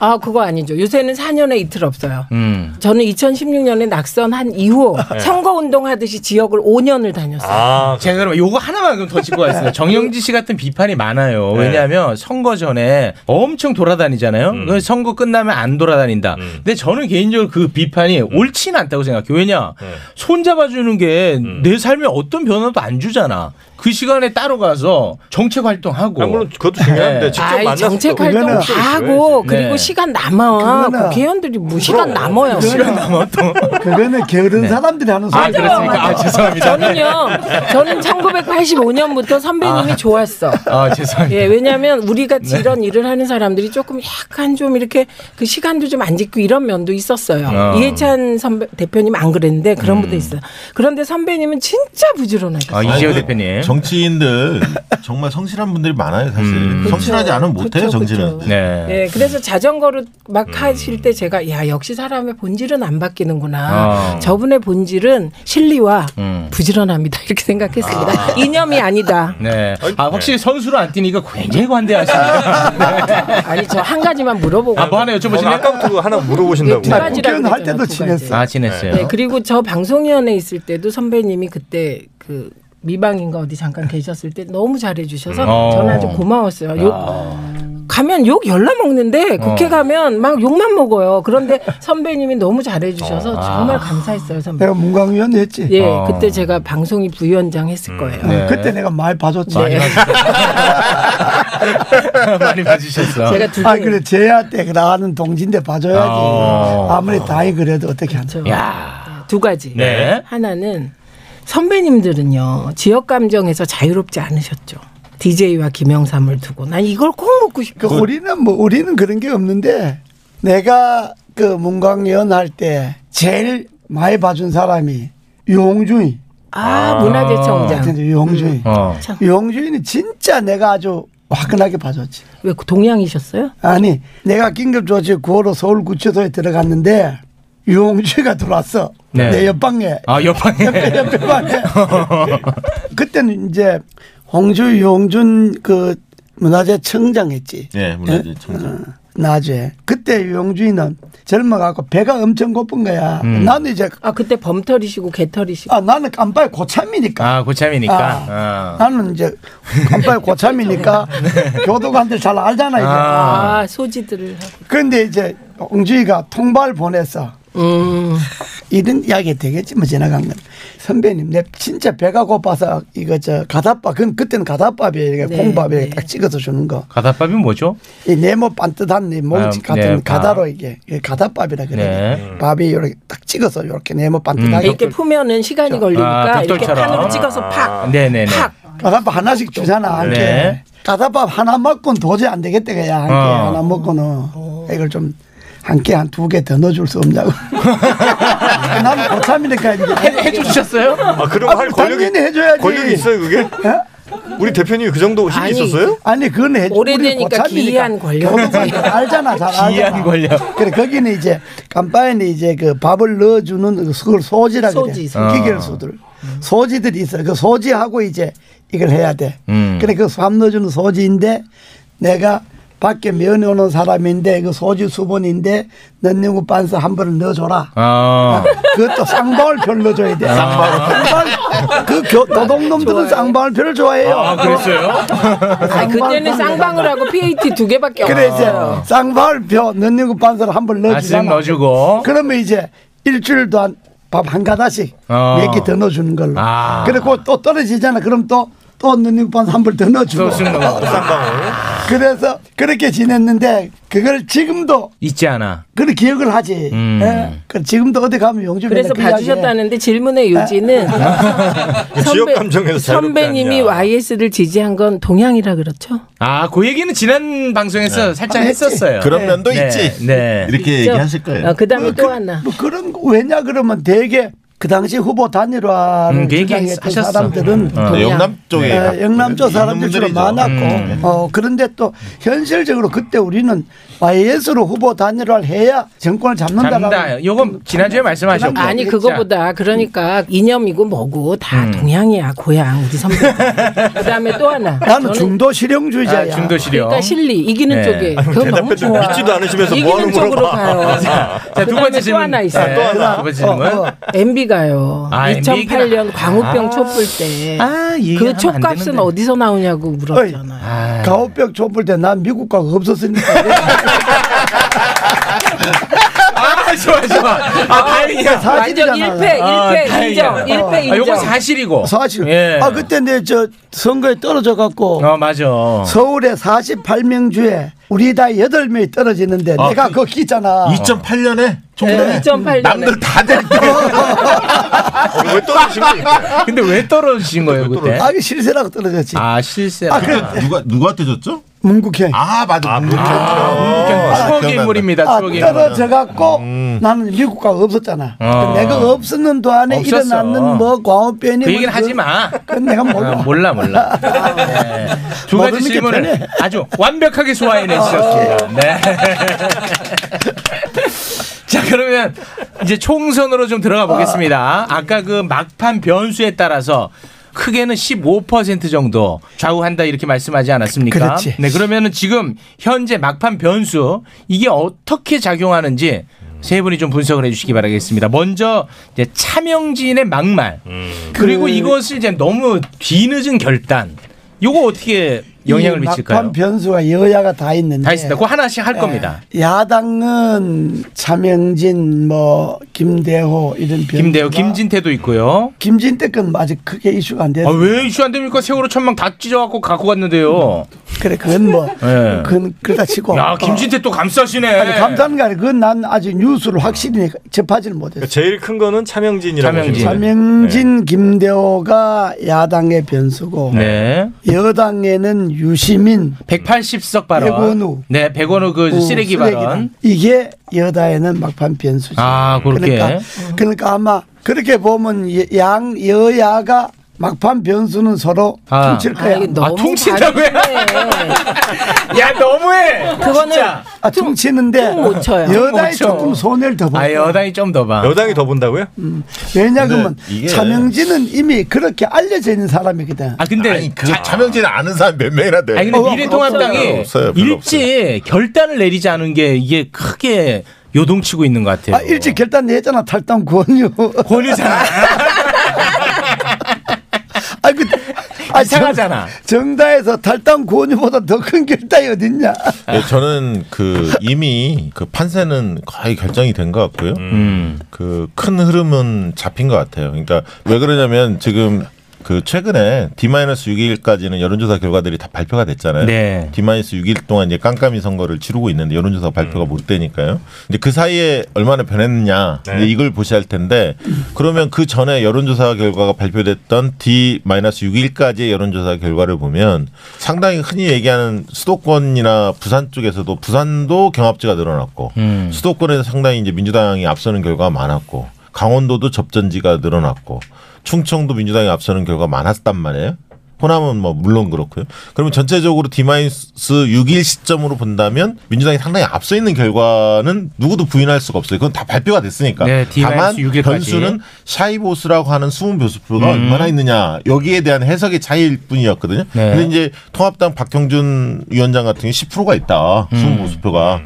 아, 그거 아니죠. 요새는 4년에 이틀 없어요. 음. 저는 2016년에 낙선한 이후 네. 선거 운동하듯이 지역을 5년을 다녔어요. 아, 제가 그럼 요거 하나만 그럼 더 짚고 가겠습니다. 정영진 씨 같은 비판이 많아요. 네. 왜냐하면 선거 전에 엄청 돌아다니잖아요. 그 선거 끝나면 안 돌아다닌다. 근데 저는 개인적으로 그 비판이 옳지는 않다고 생각해요. 왜냐 손잡아주는 게 내 삶에 어떤 변화도 안 주잖아. 그 시간에 따로 가서 정책 활동하고. 아, 물론 아, 그것도 아이, 정책 활동 다 하고 그리고 시간 남아 그거는- 국회의원들이 뭐 시간 남아요. 시간 남아 그거는 게으른 네. 사람들이 하는 소리. 맞아요. 맞아요. 저는요, 저는 1985년부터 선배님이 아. 좋았어. 아 죄송합니다. 예, 왜냐하면 우리 같이 네. 이런 일을 하는 사람들이 조금 약간 좀 이렇게 그 시간도 좀 안 지키고 이런 면도 있었어요. 어. 이해찬 선배 대표님 안 그랬는데 그런 분도 있어요. 그런데 선배님은 진짜 부지런하셨어요. 아니, 그 대표님. 정치인들 정말 성실한 분들이 많아요, 사실. 음. 성실하지 그쵸, 않으면 못해요, 그쵸, 정치는. 네. 예, 그래서 자전거를 막 음. 하실 때 제가 야 역시 사람의 본질은 안 바뀌는구나. 어. 저분의 본질은 실리와 음. 아. 부지런합니다 이렇게 생각했습니다. 이념이 아니다. 네. 아 확실히 선수로 안 뛰니까 굉장히 관대하시네요. 아니 저 한 가지만 물어보고. 아뭐 뭐, 하나 여쭤보시면 아까부터 하나 물어보신다고. 두 가지라고 국회의원 할 때도 그랬잖아요, 두 친했어요. 아 친했어요. 네, 그리고 저 방송위원회 있을 때도 선배님이 그때 그 미방인가 어디 잠깐 계셨을 때 너무 잘해주셔서 어. 저는 아주 고마웠어요. 욕- 아. 가면 욕 열나 먹는데 국회 어. 가면 막 욕만 먹어요. 그런데 선배님이 너무 잘해주셔서 어. 아. 정말 감사했어요, 선배. 내가 문광위원 했지. 예, 그때 제가 방송이 부위원장 했을 거예요. 네. 어, 그때 내가 많이 봐줬지. 많이 많이 봐주셨어. 제가 두 아 분이- 그래 제야 때 나가는 동진데 봐줘야지. 어. 아무리 다이 그래도 어떻게 하죠. 두 가지. 네. 하나는 선배님들은요 지역 감정에서 자유롭지 않으셨죠. DJ와 김영삼을 두고 난 이걸 꼭 먹고 싶어. 그 우리는 뭐 우리는 그런 게 없는데 내가 그 문광연 할 때 제일 많이 봐준 사람이 유홍준이. 아, 문화재청장. 유홍준이. 어. 유홍준이는 진짜 내가 아주 화끈하게 봐줬지. 왜 동양이셨어요? 아니 내가 긴급조치 구호로 서울구치소에 들어갔는데 유홍준이가 들어왔어. 네. 내 옆방에. 아 옆방에. 옆에, 옆에 방에. 그때는 이제 홍주 유홍준 그 문화재 청장했지. 예, 문화재 네. 청장. 낮에 그때 유영준이는 젊어갖고 배가 엄청 고픈 거야. 음. 나는 이제 아 그때 범털이시고 개털이시고. 아 나는 깜빡이 고참이니까. 아, 아 고참이니까. 어. 나는 이제 깜빡이 고참이니까 네. 교도관들 잘 알잖아 이제. 아, 소지들을. 그런데 이제 홍주이가 통발 보냈어. 아, 이런 이야기 되겠지 뭐 지나간 건 선배님 내 진짜 배가 고파서 이거 저 가다밥 그건 그때는 가다밥이에요 이게 네, 콩밥에 딱 찍어서 주는 거 가다밥이 뭐죠? 이 네모 반듯한 이 몸집 아, 같은 네, 가다로 밥. 이게 이게 가다밥이라 그래. 네. 밥이 이렇게 딱 찍어서 이렇게 네모 음. 반듯하게 이렇게 풀면은 시간이 걸리니까 이렇게 판으로 찍어서 팍. 네네네. 가다밥 하나씩 주잖아. 한 네. 개. 가다밥 하나 먹고는 도저히 안 되겠다 그야 한 개 어. 하나 먹고는 이걸 좀 한 개 한 두 개 더 넣어줄 수 없냐고. 나는 고참이니까 이제 해- 해주셨어요? 아 그럼 할 권력이 그러니까. 당연히 해줘야지. 권력이 있어요 그게? 우리 대표님이 그 정도 힘이 있었어요? 아니 그건 해줘. 오래되니까 기이한 권력. 알잖아, 잘 알잖아. 기이한 권력. 그래 거기는 이제 간판에 이제 그 밥을 넣어주는 그 소- 소지라 그래. 소지, 소지. 기계를 소들. 소지들이 있어. 그 소지하고 이제 이걸 해야 돼. 음. 그래 그 밥 넣어주는 소지인데 내가 밖에 면회 오는 사람인데 그 소지 수본인데 넣는 반스 한 번을 넣어줘라. 아. 그것도 쌍방울 별로 줘야 돼. 아. 쌍방울. 쌍방울. 그 그 겨- 도둑놈들은 쌍방울표를 좋아해요. 아, 그랬어요? 아, 그때는 쌍방울하고 PAT 두 개밖에 그래 이제 없어요. 쌍방울표 넣는 거 반사를 한 번 넣어주잖아. 쓱 넣어주고. 그러면 이제 일주일도 안 밥 한 가닥씩 어. 얘기 더 넣어주는 걸로. 아. 그리고 또 떨어지잖아. 그럼 또 또 넣는 거 반사 한 번 더 넣어주고. 또 쓱 넣어주고. 그래서 그렇게 지냈는데 그걸 지금도 있지 않아. 그런 기억을 하지. 음. 예? 그 지금도 어디 가면 용주 그래서 봐주셨다는데 질문의 요지는 지역 감정에서 선배님이 YS를 지지한 건 동양이라 그렇죠? 아, 그 얘기는 지난 방송에서 살짝 아, 했지. 했었어요. 그런 네. 면도 네. 있지. 네. 이렇게 얘기하실 거예요. 어, 그다음에 또 하나. 뭐 그런 거 왜냐 그러면 대개 그 당시 후보 단일화를 음, 그 얘기 주장했던 하셨어. 사람들은 네, 음, 어. 그냥, 영남 쪽에 예, 가- 영남 쪽 사람들 주로 분들이죠. 많았고 음. 어, 그런데 또 현실적으로 그때 우리는 YS로 후보 단일화를 해야 정권을 잡는다라고 잡는다. 요건 지난주에 말씀하셨고. 아니 그거보다 그러니까 이념이고 뭐고 음. 다 동양이야 고향 우리 선배. 그다음에 또 하나. 나는 저는 중도 실용주의자야. 아, 중도 실용. 그러니까 실리 이기는 네. 쪽에 아유, 그건 너무 대답도 좋아. 믿지도 않으시면서 이기는 뭐 하는 쪽으로 물어봐. 가요. 자, 두 그다음에 번째 또 질문. 하나 있어요. 네, 또 하나, 두 번째 질문. MB 가요. 아, MB 구나. 2008년 광우병 아. 촛불 때. 아, 얘기하면 그 안 촛값은 되는데. 어디서 나오냐고 물었죠. 가오병 촛불 때 난 미국 가고 없었으니까 아, 좋아, 좋아. 아, 다행이야. 사실이잖아. 아, 다행이야. 아, 요건 사실이고. 사실. 예. 아 그때 내 저 선거에 떨어져 갖고 어, 맞아. 서울에 48명 중에 우리 다 8명이 떨어지는데 아, 내가 거기 있잖아. 2008년에 네, 2008 년에. 남들 다 데리고 왜 떨어지신 거예요? 근데 왜 떨어지신 거예요, 그때? 아, 실세라고 떨어졌지. 아, 실세. 아, 그래. 누가 누구한테 줬죠? 문국현. 아 맞아. 문국현. 추억의 인물입니다, 아, 추억의 인물. 떨어져 갖고 나는 미국 가고 없었잖아. 어. 내가 없었는 동안에 없었어. 일어났는 뭐 광우병이 그 얘기는 하지 마. 그건 내가 몰라. 아, 몰라, 몰라. 네. 두 가지 모르는 게 질문을 편해. 아. 아주 완벽하게 소화해 내주셨습니다. 네. 자, 그러면 이제 총선으로 좀 들어가 보겠습니다. 아까 그 막판 변수에 따라서 크게는 15% 정도 좌우한다 이렇게 말씀하지 않았습니까? 그렇지. 네, 그러면은 지금 현재 막판 변수 이게 어떻게 작용하는지 세 분이 좀 분석을 해 주시기 바라겠습니다. 먼저 이제 차명진의 막말. 그리고 그- 이것을 이제 너무 뒤늦은 결단. 요거 어떻게 영향을 이 미칠까요? 막판 변수가 여야가 다 있는데. 다 있습니다. 그거 하나씩 할 예. 겁니다. 야당은 차명진, 뭐 김대호 이런 변. 김대호, 김진태도 있고요. 김진태 건 아직 크게 이슈가 안 돼서. 아, 왜 이슈 안 됩니까? 세월호 천막 다 찢어갖고 갖고 갔는데요. 그래 그건 뭐 예. 그건 그러다 치고. 어. 야, 김진태 또 감싸시네. 아니 감사하는 게 아니라 그건 난 아직 뉴스를 확실히 접하지는 못했어. 그러니까 제일 큰 거는 차명진이라고 차명진. 보시면 돼요. 차명진, 김대호가 야당의 변수고 네. 여당에는 유시민, 180석 발언. 백원우. 네, 백원우 그 어, 쓰레기 발언. 이게 여다에는 막판 변수지. 아, 그렇게. 그러니까, 그러니까 아마 그렇게 보면 예- 양 여야가 막판 변수는 서로 아. 퉁칠 거야. 아, 이게 너무 아, 퉁친다고요? 야, 너무해. 그거는 아, 퉁치는데 못 쳐요. 못 여당이 쳐. 조금 손해를 더 봐. 아, 여당이 좀 더 봐. 여당이 더 본다고요? 왜냐하면 근데 이게- 차명진은 이미 그렇게 알려져 있는 사람이거든. 아 근데 아니 그 차명진 아는 사람 몇 명이나 돼. 아니 근데 어. 미래통합당이 어, 없어요. 네, 별로 일찍 결단을 내리지 않은 게 이게 크게 요동치고 있는 것 같아요. 아, 일찍 결단 내잖아 탈당 권유. 권유잖아. 아, 그, 아, 이상하잖아. 정, 당에서 탈당 권유보다 더 큰 결단이 어딨냐. 예, 저는 그 이미 그 판세는 거의 결정이 된 것 같고요. 음. 그 큰 흐름은 잡힌 것 같아요. 그러니까 왜 그러냐면 지금 그 최근에 D-6일까지는 여론조사 결과들이 다 발표가 됐잖아요. 네. D-6일 동안 이제 깜깜이 선거를 치르고 있는데 여론조사 발표가 못 되니까요. 근데 그 사이에 얼마나 변했느냐 이제 이걸 보셔야 할 텐데 그러면 그 전에 여론조사 결과가 발표됐던 D-6일까지의 여론조사 결과를 보면 상당히 흔히 얘기하는 수도권이나 부산 쪽에서도 부산도 경합지가 늘어났고 수도권에서 상당히 이제 민주당이 앞서는 결과가 많았고 강원도도 접전지가 늘어났고 충청도 민주당이 앞서는 결과가 많았단 말이에요. 호남은 뭐 물론 그렇고요. 그러면 전체적으로 D-6일 시점으로 본다면 민주당이 상당히 앞서 있는 결과는 누구도 부인할 수가 없어요. 그건 다 발표가 됐으니까. 네, D-6 다만 일까지. 음. 변수는 샤이보스라고 하는 숨은 교수표가 얼마나 있느냐 여기에 대한 해석의 차이일 뿐이었거든요. 네. 음. 근데 이제 통합당 박형준 위원장 같은 경우 10%가 있다. 숨은 교수표가.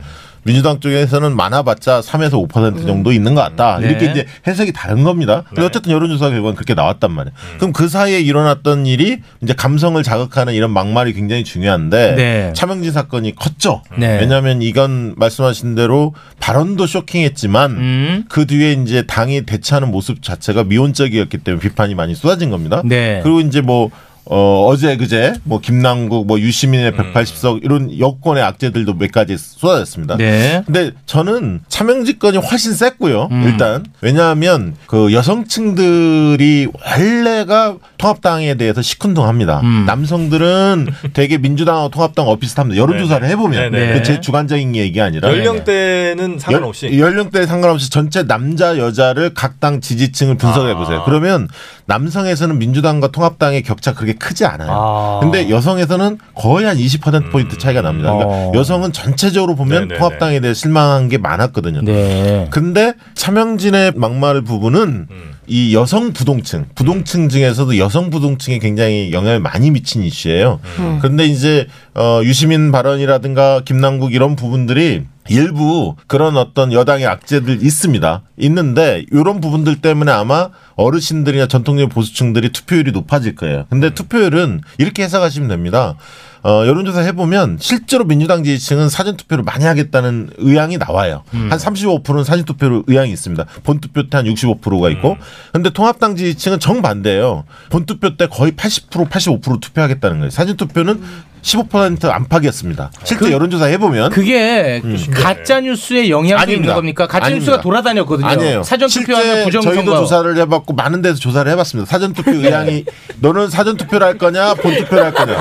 민주당 쪽에서는 많아봤자 3에서 음. 5% 정도 있는 것 같다. 네. 이렇게 이제 해석이 다른 겁니다. 근데 네. 어쨌든 여론조사 결과는 그렇게 나왔단 말이에요. 음. 그럼 그 사이에 일어났던 일이 이제 감성을 자극하는 이런 막말이 굉장히 중요한데 네. 차명진 사건이 컸죠. 네. 왜냐하면 이건 말씀하신 대로 발언도 쇼킹했지만 음. 그 뒤에 이제 당이 대처하는 모습 자체가 미온적이었기 때문에 비판이 많이 쏟아진 겁니다. 네. 그리고 이제 뭐 어, 어제 그제 뭐 김남국 뭐 유시민의 음. 180석 이런 여권의 악재들도 몇 가지 쏟아졌습니다. 네. 근데 저는 차명직 건이 훨씬 셌고요. 음. 일단 왜냐하면 그 여성층들이 원래가 통합당에 대해서 시큰둥합니다. 음. 남성들은 되게 민주당하고 통합당 어비슷합니다. 여론조사를 네네. 해보면 네네. 그제 주관적인 얘기 아니라 연령대는 상관없이 연- 연령대에 상관없이 전체 남자 여자를 각 당 지지층을 아. 분석해 보세요. 그러면 남성에서는 민주당과 통합당의 격차 그렇게 크지 않아요. 근데 여성에서는 거의 한 20% 포인트 차이가 납니다. 그러니까 여성은 전체적으로 보면 음. 네네네. 통합당에 대해 실망한 게 많았거든요. 네. 근데 차명진의 막말 부분은 이 여성 부동층, 부동층 중에서도 여성 부동층에 굉장히 영향을 많이 미친 이슈예요. 음. 근데 이제 어, 유시민 발언이라든가 김남국 이런 부분들이 일부 그런 어떤 여당의 악재들 있습니다. 있는데 이런 부분들 때문에 아마 어르신들이나 전통적인 보수층들이 투표율이 높아질 거예요. 근데 투표율은 이렇게 해석하시면 됩니다. 어, 여론조사 해보면 실제로 민주당 지지층은 사전투표를 많이 하겠다는 의향이 나와요. 음. 한 35%는 사전투표로 의향이 있습니다. 본투표 때 한 음. 65%가 있고. 근데 통합당 지지층은 정반대예요. 본투표 때 거의 80% 85% 투표하겠다는 거예요. 사전투표는 15% 안팎이었습니다. 실제 여론조사 해보면 그 그게 가짜 뉴스의 영향이 있는 겁니까? 가짜 뉴스가 돌아다녔거든요. 아니에요. 사전 투표하면 실제 부정 저희도 선거. 조사를 해봤고 많은 데서 조사를 해봤습니다. 사전 투표 네. 의향이 너는 사전 투표를 할 거냐, 본 투표를 할 거냐.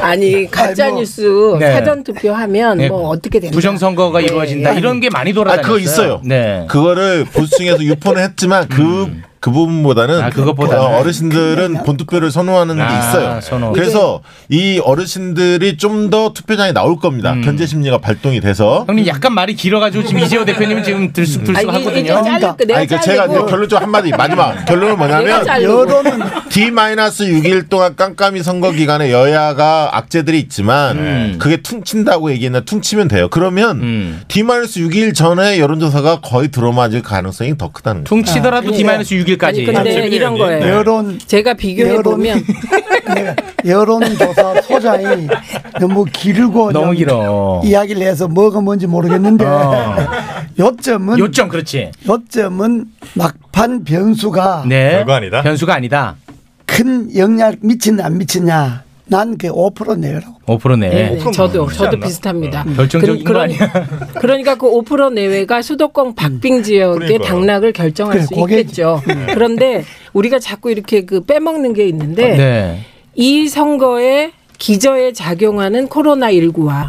아니 가짜 뉴스 네. 사전 투표하면 네. 뭐 어떻게 된다. 뭐, 부정 선거가 이루어진다. 이런 게 많이 아, 돌아다녔어요. 그거 있어요. 네. 음. 그거를 보수층에서 유포는 했지만 그, 그 부분보다는 아, 그것보다는. 어, 어르신들은 본투표를 선호하는 게 아, 있어요. 선호. 그래서 이 어르신들이 좀 더 투표장에 나올 겁니다. 견제 심리가 발동이 돼서. 음. 형님 약간 말이 길어가지고 지금 이재호 대표님은 지금 들쑥들쑥 하거든요. 아니, 그 제가 이제 결론 좀 한마디 마지막 결론은 내가 뭐냐면 자르고. 여론은 D-6일 동안 깜깜이 선거 기간에 여야가 악재들이 있지만 음. 그게 퉁친다고 얘기했나 퉁치면 돼요. 그러면 D-6일 전에 여론조사가 거의 들어맞을 가능성이 더 크다는 거죠. 퉁치더라도 D-6일 까지. 아. 아니, 근데 아, 이런 거예요. 네. 여론 제가 비교해 보면 여론조사 소장이 너무 길고 너무 좀 길어. 이야기를 해서 뭐가 뭔지 모르겠는데 어. 요점은 요점 그렇지. 요점은 막판 변수가 네. 아니다. 변수가 아니다. 큰 영향 미치냐 안 미치냐 난 그 5% 내외라고 5% 내. 네, 네, 저도- 저도 비슷합니다. 네. 결정적인 그런- 거 아니야? 음. 그러니까 그 5% 내외가 수도권 박빙 지역의 그러니까요. 당락을 결정할 그래, 음. 수 그게- 있겠죠. 그런데 우리가 자꾸 이렇게 그 빼먹는 게 네. 있는데 이 선거에 기저에 작용하는 코로나 19와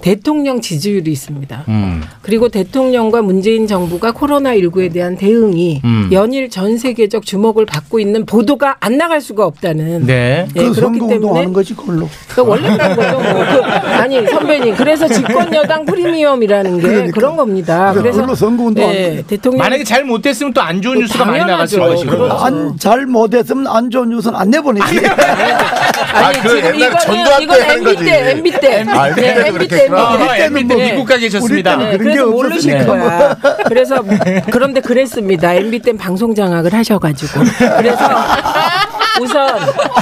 대통령 지지율이 있습니다. 음. 그리고 대통령과 문재인 정부가 코로나 19에 대한 대응이 음. 연일 전 세계적 주목을 받고 있는 보도가 안 나갈 수가 없다는 네. 예, 그래서 그렇기 때문에 운동하는 거지 그걸로 그러니까 원래 그런 거죠. 뭐 그, 아니 선배님 그래서 집권 여당 프리미엄이라는 게그런 그러니까. 겁니다. 그래, 그래서 그걸로 선거운동 예, 하는 거예요. 대통령 만약에 잘 못됐으면 또 안 좋은 뉴스가 많이 나갔을 것이고. 그렇죠. 안잘 못했으면 안 좋은 뉴스는 안 내보내지 아니 그 지금 옛날 이거는 전두환 때 이건 하는 MB 거지. 때 MB 때 아, MB 때도 그렇게 했구나. 아, MB 뭐 때 미국 가 계셨습니다. 네, 우리 때는 그런 그래서 게 모르실 거야. 없었으니까. 그래서 그런데 그랬습니다. MB 때 방송 장악을 하셔가지고 그래서 우선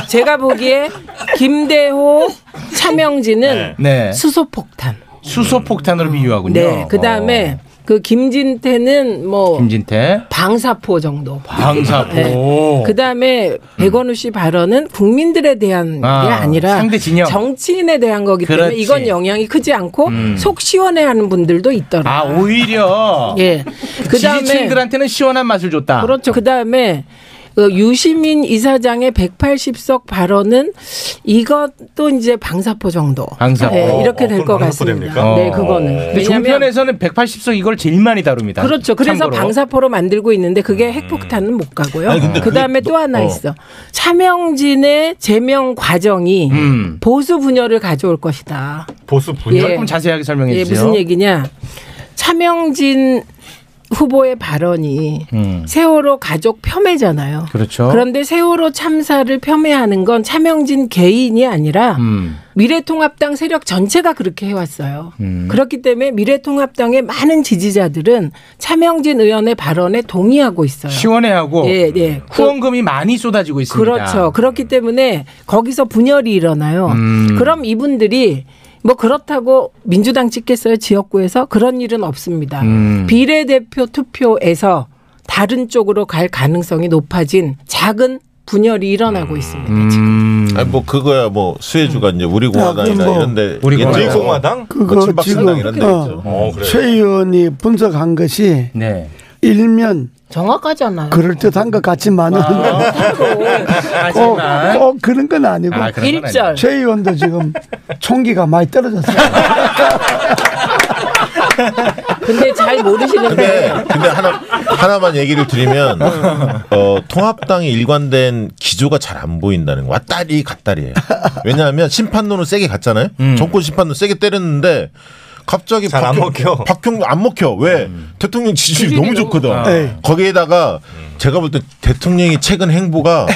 제가 보기에 김대호 차명진은 네. 수소폭탄. 수소폭탄으로 비유하군요. 네, 그 다음에 그 김진태는 어. 뭐 김진태. 방사포 정도. 방사포. 그 다음에 백원우 씨 발언은 국민들에 대한 게 아, 아니라 상대 진영. 정치인에 대한 거기 때문에 그렇지. 이건 영향이 크지 않고 음. 속 시원해하는 분들도 있더라. 아 오히려. 예. 그 다음에 지지층들한테는 아. 시원한 맛을 줬다. 그렇죠. 그 다음에 그 유시민 이사장의 180석 발언은 이것도 이제 방사포 정도. 어, 방사포. 어. 네, 이렇게 될 것 같습니다. 네, 그거는. 근데 종편에서는 180석 이걸 제일 많이 다룹니다. 그렇죠. 그래서 참고로. 음. 방사포로 만들고 있는데 그게 핵폭탄은 못 가고요. 아니, 근데 그 다음에 또 하나 어. 있어. 차명진의 제명 과정이 음. 보수 분열을 가져올 것이다. 예. 보수 분열? 조금 자세하게 설명해 예, 주세요. 무슨 얘기냐? 차명진 후보의 발언이 음. 세월호 가족 폄훼잖아요. 그렇죠. 그런데 세월호 참사를 폄훼하는 건 차명진 개인이 아니라 음. 미래통합당 세력 전체가 그렇게 해왔어요. 음. 그렇기 때문에 미래통합당의 많은 지지자들은 차명진 의원의 발언에 동의하고 있어요. 시원해하고 아. 예, 예. 후원금이 많이 쏟아지고 있습니다. 그렇죠. 그렇기 때문에 거기서 분열이 일어나요. 음. 그럼 이분들이 뭐 그렇다고 민주당 찍겠어요 지역구에서 그런 일은 없습니다. 음. 비례대표 투표에서 다른 쪽으로 갈 가능성이 높아진 작은 분열이 음. 일어나고 있습니다. 아니 뭐 그거야 뭐 수혜주가 이제 우리 공화당이나 야, 뭐. 이런데 우리 공화당. 그거 그거 친박신당 이런 데 지금 어, 있죠. 최 의원이 분석한 것이 네. 일면 정확하잖아요. 그럴 듯한 것 같지만은 아, 꼭, 하지만. 꼭 그런 건 아니고 아, 그런 건 일절. 아니고. 최 의원도 지금 총기가 많이 떨어졌어요. 근데 잘 모르시는데 어, 근데 하나 하나만 얘기를 드리면 어, 통합당이 일관된 기조가 잘 안 보인다는 거. 왔다리 갔다리예요. 왜냐하면 심판론을 세게 갔잖아요. 음. 정권 심판론 세게 때렸는데 갑자기 잘안 먹혀. 박형 안 먹혀. 왜? 음. 대통령 지지율이 너무 좋거든. 아. 네. 거기에다가 제가 볼 때 대통령이 최근 행보가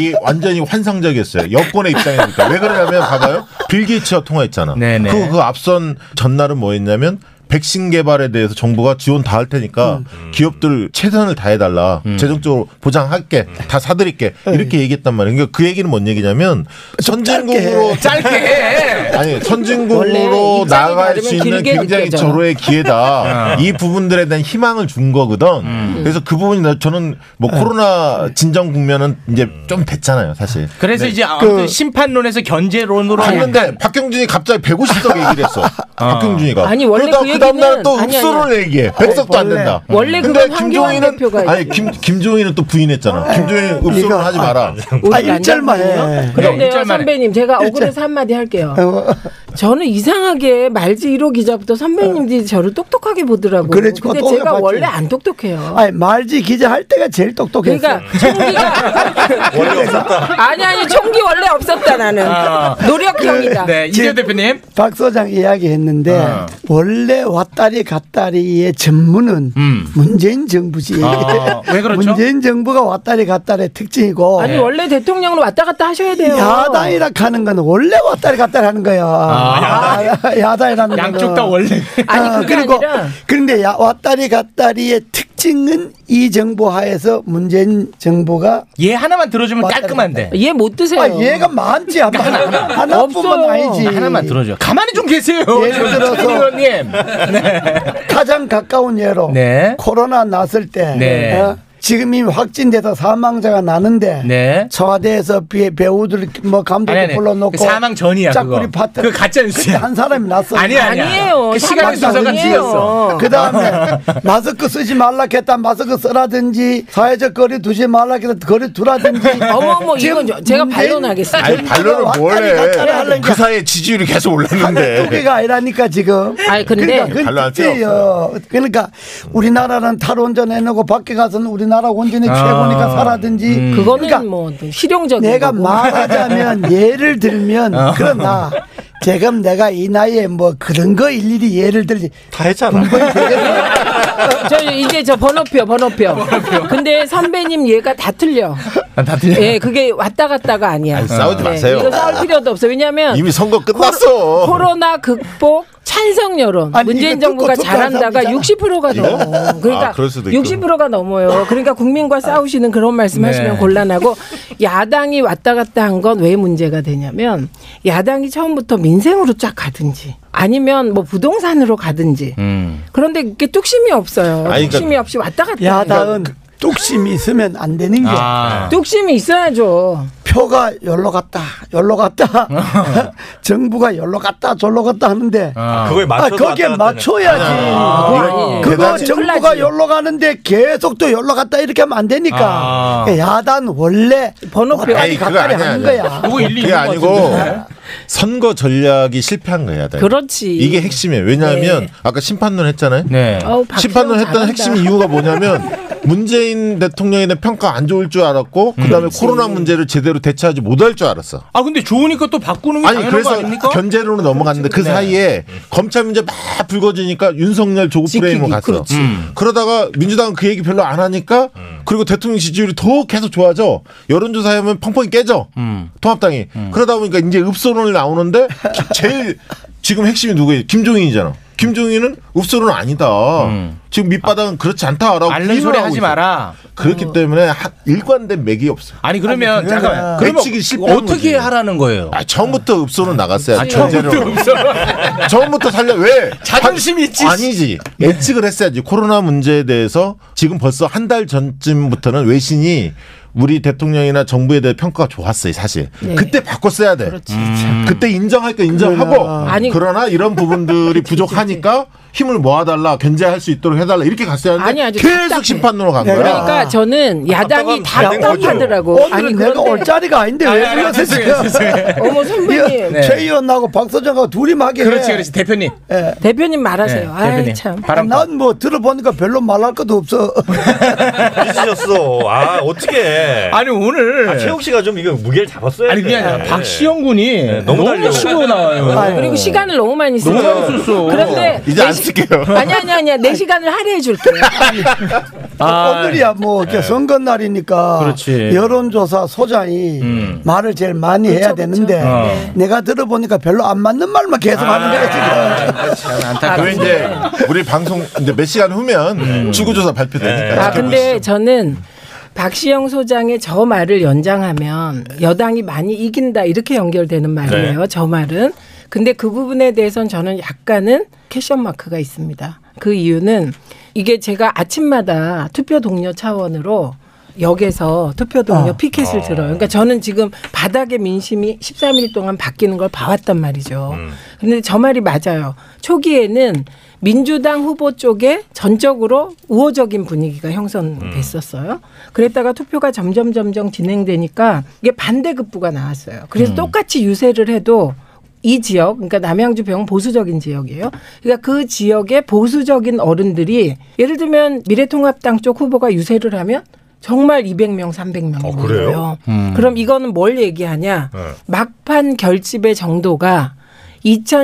이 완전히 환상적이었어요. 여권의 입장이니까. 왜 그러냐면 봐봐요. 빌 게이츠와 통화했잖아. 네네. 그, 그 앞선 전날은 뭐였냐면 백신 개발에 대해서 정부가 지원 다 할 테니까 음. 기업들 최선을 다해달라 재정적으로 보장할게 음. 다 사드릴게 네. 이렇게 얘기했단 말이에요. 그러니까 그 얘기는 뭔 얘기냐면 선진국으로 짧게 해. 아니 원래 선진국으로 입장이 나갈 다르면 수 있는 길게 굉장히 느껴져요. 절호의 기회다. 이 부분들에 대한 희망을 준 거거든. 그래서 그 부분이 나- 저는 뭐 코로나 진정 국면은 이제 좀 됐잖아요, 사실. 그래서 네. 이제 그- 아, 네. 아무튼 심판론에서 견제론으로 네, 갔는데 박경준이 갑자기 150석 얘기를 했어. 박경준이가. 아니, 원래 그러다 그 그 다음날 얘기는- 또 아니, 아니. 흡수를 얘기해. 100석도 안 원래- 된다. 원래 근데 그건 황교안 김종인은- 대표가 얘기해. 아니 김 김종인은 또 부인했잖아. 김종인 흡수를 하지 마라. 아, 우리가 안 잡거든요. 네. 그래, 일절만 해. 그런데요 네. 선배님 제가 일절. 억울해서 한마디 할게요. 어. 저는 이상하게 말지 1호 기자부터 선배님들이 저를 똑똑하게 보더라고요. 어. 그래, 근데 똑똑해 제가 봤지. 원래 안 똑똑해요. 아니 말지 기자 할 때가 제일 똑똑했어. 그러니까 총기가 원래 없었다. 아니 아니 총기 원래 없었다 나는 아. 노력형이다. 네. 이재 네. 대표님. 박 소장 이야기했는데 원래 왔다리 갔다리의 전문은 문재인 정부지. 아, 왜 그렇죠? 문재인 정부가 왔다리 갔다리의 특징이고. 아니 원래 대통령으로 왔다 갔다 하셔야 돼요. 야당이라 하는 건 원래 왔다리 갔다리 하는 거야. 아, 야당. 야당이라는 건. 양쪽 다 원래. 아니, 그게 그리고 아니라- 그런데 야, 왔다리 갔다리의 특징은 이 정부 하에서 문재인 정부가 얘 예, 하나만 들어주면 깔끔한데. 얘 못 드세요. 아, 얘가 많지 하나, 하나뿐만 아니지. 하나만 들어줘. 가만히 좀 계세요. 예를 들어서 의원님. 가장 가까운 예로 네. 코로나 났을 때 네. 어? 지금 이미 확진돼서 사망자가 나는데 네. 청와대에서 비- 배우들 뭐 아니, 아니. 감독도 불러놓고 그 사망 전이야, 짝구리 그거. 파트 그거 가짜 뉴스야. 그때 한 사람이 났어 아니야, 아니야. 아니에요. 그 시간이 순서가 뒤였어. 그 다음에 마스크 쓰지 말라 했다 마스크 쓰라든지 사회적 거리 두지 말라 했다 거리 두라든지 어머, 어머, 이건 저- 제가 반론하겠어요. 아니 반론을 왔다리 갔다리 뭘해? 하려니까 그 사이에 지지율이 계속 올랐는데. 그게가 아니라니까 지금. 아니, 근데- 별로 그러니까 안 필요 그요 그러니까 우리나라는 탈원전 해놓고 밖에 가서는 우리나라 원전이 아. 최고니까 사라든지. 그러니까 그거는 뭐 실용적인 내가 거고. 말하자면 예를 들면 어. 그러나 지금 내가 이 나이에 뭐 그런 거 일일이 예를 들지 다 했잖아. 어, 저 이제 저 번호표 번호표. 근데 선배님 얘가 다 틀려. 다 틀려. 예, 그게 왔다 갔다가 아니야. 네, 아니, 싸우지 마세요. 이거 싸울 필요도 없어. 왜냐면 이미 선거 끝났어. 코로나 극복 찬성 여론. 문재인 이거 듣고 정부가 투표한 잘한다가 사람이잖아. 60%가 이거? 넘어. 그러니까 아, 그럴 수도 있고. 60%가 넘어요. 그러니까 국민과 싸우시는 그런 네. 말씀하시면 곤란하고 야당이 왔다 갔다 한 건 왜 문제가 되냐면 야당이 처음부터 민생으로 쫙 가든지 아니면 뭐 부동산으로 가든지 음. 그런데 이게 뚝심이 없어요. 아니, 그러니까 뚝심이 없이 왔다 갔다. 야당은 그 뚝심이 있으면 안 되는 게 아. 뚝심이 있어야죠. 표가 열로 갔다, 열로 갔다, 정부가 열로 갔다, 졸로 갔다 하는데 아, 그거에 맞춰서 거기에 왔다 갔다 맞춰야지. 아, 그거 이거 그거 대단히 정부가 큰일 열로 가는데 계속 또 열로 갔다 이렇게 하면 안 되니까 예, 아. 야단 원래 번호표 아니, 가까이 그거 아니야, 하는 거야. 아니야. 그게 아니고 선거 전략이 실패한 거야, 야당. 그렇지. 네. 이게 핵심이에요. 왜냐하면 네. 아까 심판론 했잖아요. 네. 어우, 박수영 심판론 했던 잘한다. 핵심 이유가 뭐냐면 문재인 대통령에 대한 평가 안 좋을 줄 알았고 그다음에 코로나 문제를 제대로 대처하지 못할 줄 알았어. 아 근데 좋으니까 또 바꾸는 게 아니 당연한 거 그래서 아닙니까? 견제로는 넘어갔는데 그 네. 사이에 검찰 문제 막 불거지니까 윤석열 조국 프레임으로 갔어. 그렇지. 음. 그러다가 민주당은 그 얘기 별로 안 하니까 그리고 대통령 지지율이 더 계속 좋아져. 여론조사하면 펑펑이 깨져. 음. 통합당이. 그러다 보니까 이제 읍소론이 나오는데 제일 지금 핵심이 누구예요? 김종인이잖아. 김종인은 읍소론 아니다. 지금 밑바닥은 그렇지 않다라고 알른 음. 소리 비난하고 하지 있어. 마라. 어. 그렇기 때문에 하- 일관된 맥이 없어. 아니 그러면 잠깐만. 그러면 맥치기 실패한 어떻게 거지. 하라는 거예요? 아, 처음부터 읍소는 나갔어야 아, 돼. 처음부터 견제로. 처음부터 살려 왜? 자존심 있지. 아니지. 예측을 했어야지. 코로나 문제에 대해서 지금 벌써 한 달 전쯤부터는 외신이 우리 대통령이나 정부에 대해 평가가 좋았어요, 사실. 네. 그렇죠. 그때 바꿨어야 돼. 그때 인정할 거 인정하고 그러나. 아니. 그러나 이런 부분들이 부족하니까 힘을 모아달라, 견제할 수 있도록 해달라 이렇게 갔어야 하는데 아니, 아주 계속 답답해. 심판으로 간 거야. 그러니까 저는 야당이 답답한 거죠. 답답하더라고. 오늘은 내가 올 자리가 아닌데 아니, 왜 아니, 이러세요? 죄송해요, 죄송해요. 어머, 선배님. 이거 네. 최 의원하고 박 소장하고 둘이 막이 그렇지 그렇지 대표님. 대표님 말하세요. 네, 대표님. 예. 아이 참. 난 뭐 들어보니까 별로 말할 것도 없어. 삐지셨어. 아 어떻게? 아니 오늘 아, 최욱 씨가 좀 이거 무게를 잡았어야 아니 그게 아니라 네. 박시영 군이 너무 너무, 달려요. 치고 나와요. 아, 그리고 시간을 너무 많이 쓰죠. 너무 많이 썼어. 그런데 네 이제 안 쓸게요. 아니 아니 아니야 내 시간을 할애해 줄게. 아. 오늘이야 뭐 이렇게 선거 날이니까 그렇지. 여론조사 소장이 음. 말을 제일 많이 해야 되는데 어. 아, 네. 내가 들어보니까 별로 안 맞는 말만 계속 하는 거야 지금. 그 이제 우리 방송 이제 몇 시간 후면 출구조사 발표되니까. 아 근데 저는 박시영 소장의 저 말을 연장하면 여당이 많이 이긴다 이렇게 연결되는 말이에요. 저 말은. 근데 그 부분에 대해선 저는 약간은 캐션 마크가 있습니다. 그 이유는 이게 제가 아침마다 투표 동료 차원으로 역에서 투표 동료 피켓을 들어요. 그러니까 저는 지금 바닥의 민심이 13일 동안 바뀌는 걸 봐왔단 말이죠. 그런데 저 말이 맞아요. 초기에는 민주당 후보 쪽에 전적으로 우호적인 분위기가 형성됐었어요. 그랬다가 투표가 점점 점점 진행되니까 이게 반대급부가 나왔어요. 그래서 똑같이 유세를 해도 이 지역, 그러니까 남양주 병 보수적인 지역이에요. 그러니까 그 지역의 보수적인 어른들이 예를 들면 미래통합당 쪽 후보가 유세를 하면 정말 200명, 300명 어, 그래요? 모여요. 음. 네. 그럼 이거는 뭘 얘기하냐? 막판 결집의 정도가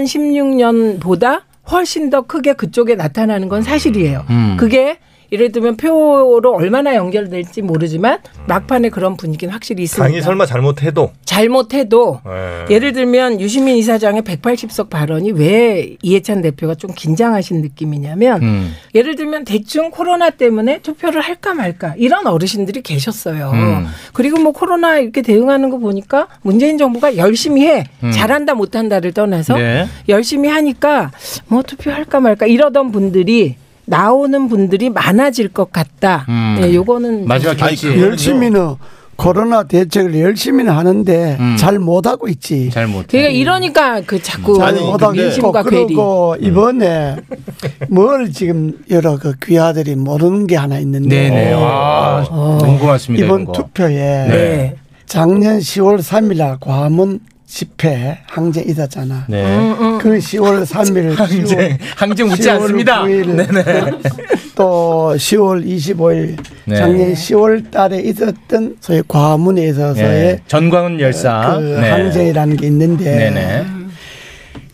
2016년보다 훨씬 더 크게 그쪽에 나타나는 건 사실이에요. 음. 그게 예를 들면 표로 얼마나 연결될지 모르지만 막판에 그런 분위기는 확실히 있습니다. 당이 설마 잘못해도. 잘못해도 예. 네. 예를 들면 유시민 이사장의 180석 발언이 왜 이해찬 대표가 좀 긴장하신 느낌이냐면 음. 예를 들면 대충 코로나 때문에 투표를 할까 말까 이런 어르신들이 계셨어요. 음. 그리고 뭐 코로나 이렇게 대응하는 거 보니까 문재인 정부가 열심히 해 음. 잘한다 못한다를 떠나서 네. 열심히 하니까 뭐 투표할까 말까 이러던 분들이 나오는 분들이 많아질 것 같다. 음. 네, 요거는 예, 예, 열심히는 코로나 대책을 열심히는 하는데 음. 잘 못하고 있지. 잘 못. 그러니까 이러니까 그 자꾸 민심과 괴리. 그리고 음. 이번에 뭘 지금 여러 그 귀하들이 모르는 게 하나 있는데. 네네. 아, 너무 고맙습니다. 어. 이번 이런 거. 투표에 네. 작년 10월 3일날 광화문 집회 항쟁 있었잖아. 네. 음, 그 10월 3일 항쟁, 항쟁 웃지 10월 않습니다. 9일, 또 10월 25일 네. 작년 10월 달에 있었던 소위 과문에 있어서의 네. 전광훈 열사. 그 네. 항쟁이라는 게 있는데 네네.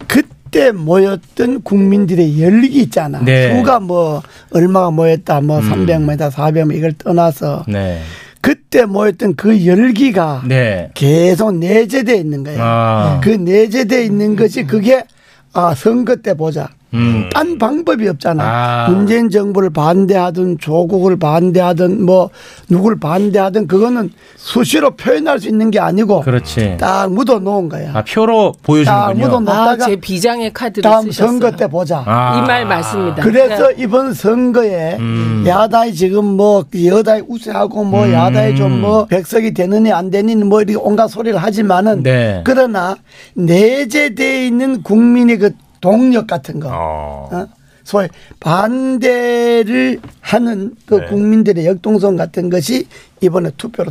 그때 모였던 국민들의 열기 있잖아. 네. 음. 수가 뭐 얼마가 모였다 뭐 300m, 400m 이걸 떠나서 네. 그때 모였던 그 열기가 네. 계속 내재돼 있는 거예요. 아. 그 내재돼 있는 것이 그게 아 선거 때 보자. 음. 딴 방법이 없잖아. 아. 문재인 정부를 반대하든 조국을 반대하든 뭐 누굴 반대하든 그거는 수시로 표현할 수 있는 게 아니고 그렇지. 딱 묻어 놓은 거야. 아 표로 보여주는군요. 아, 제 비장의 카드를 다음 쓰셨어요. 선거 때 보자. 아. 이 말 맞습니다. 그래서 네. 이번 선거에 음. 야당이 지금 뭐 여당이 우세하고 뭐 음. 야당이 좀 뭐 백석이 되느니 안 되느니 뭐 이렇게 온갖 소리를 하지만은 네. 그러나 내재돼 있는 국민의 그 동력 같은 거 어? 소위 반대를 하는 그 네. 국민들의 역동성 같은 것이 이번에 투표로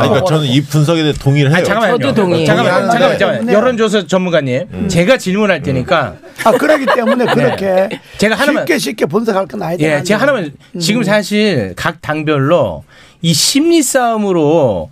아, 그러니까 저는 이 분석에 대해 동의를 해요. 아니, 잠깐만요. 잠깐만, 동의하는데 잠깐만, 잠깐만. 여론조사 전문가님, 제가 질문할 테니까. 아, 그러기 때문에 그렇게 네. 제가 하나만 쉽게 쉽게 분석할 건 아니다. 예, 제가 하나만 지금 사실 각 당별로 이 심리 싸움으로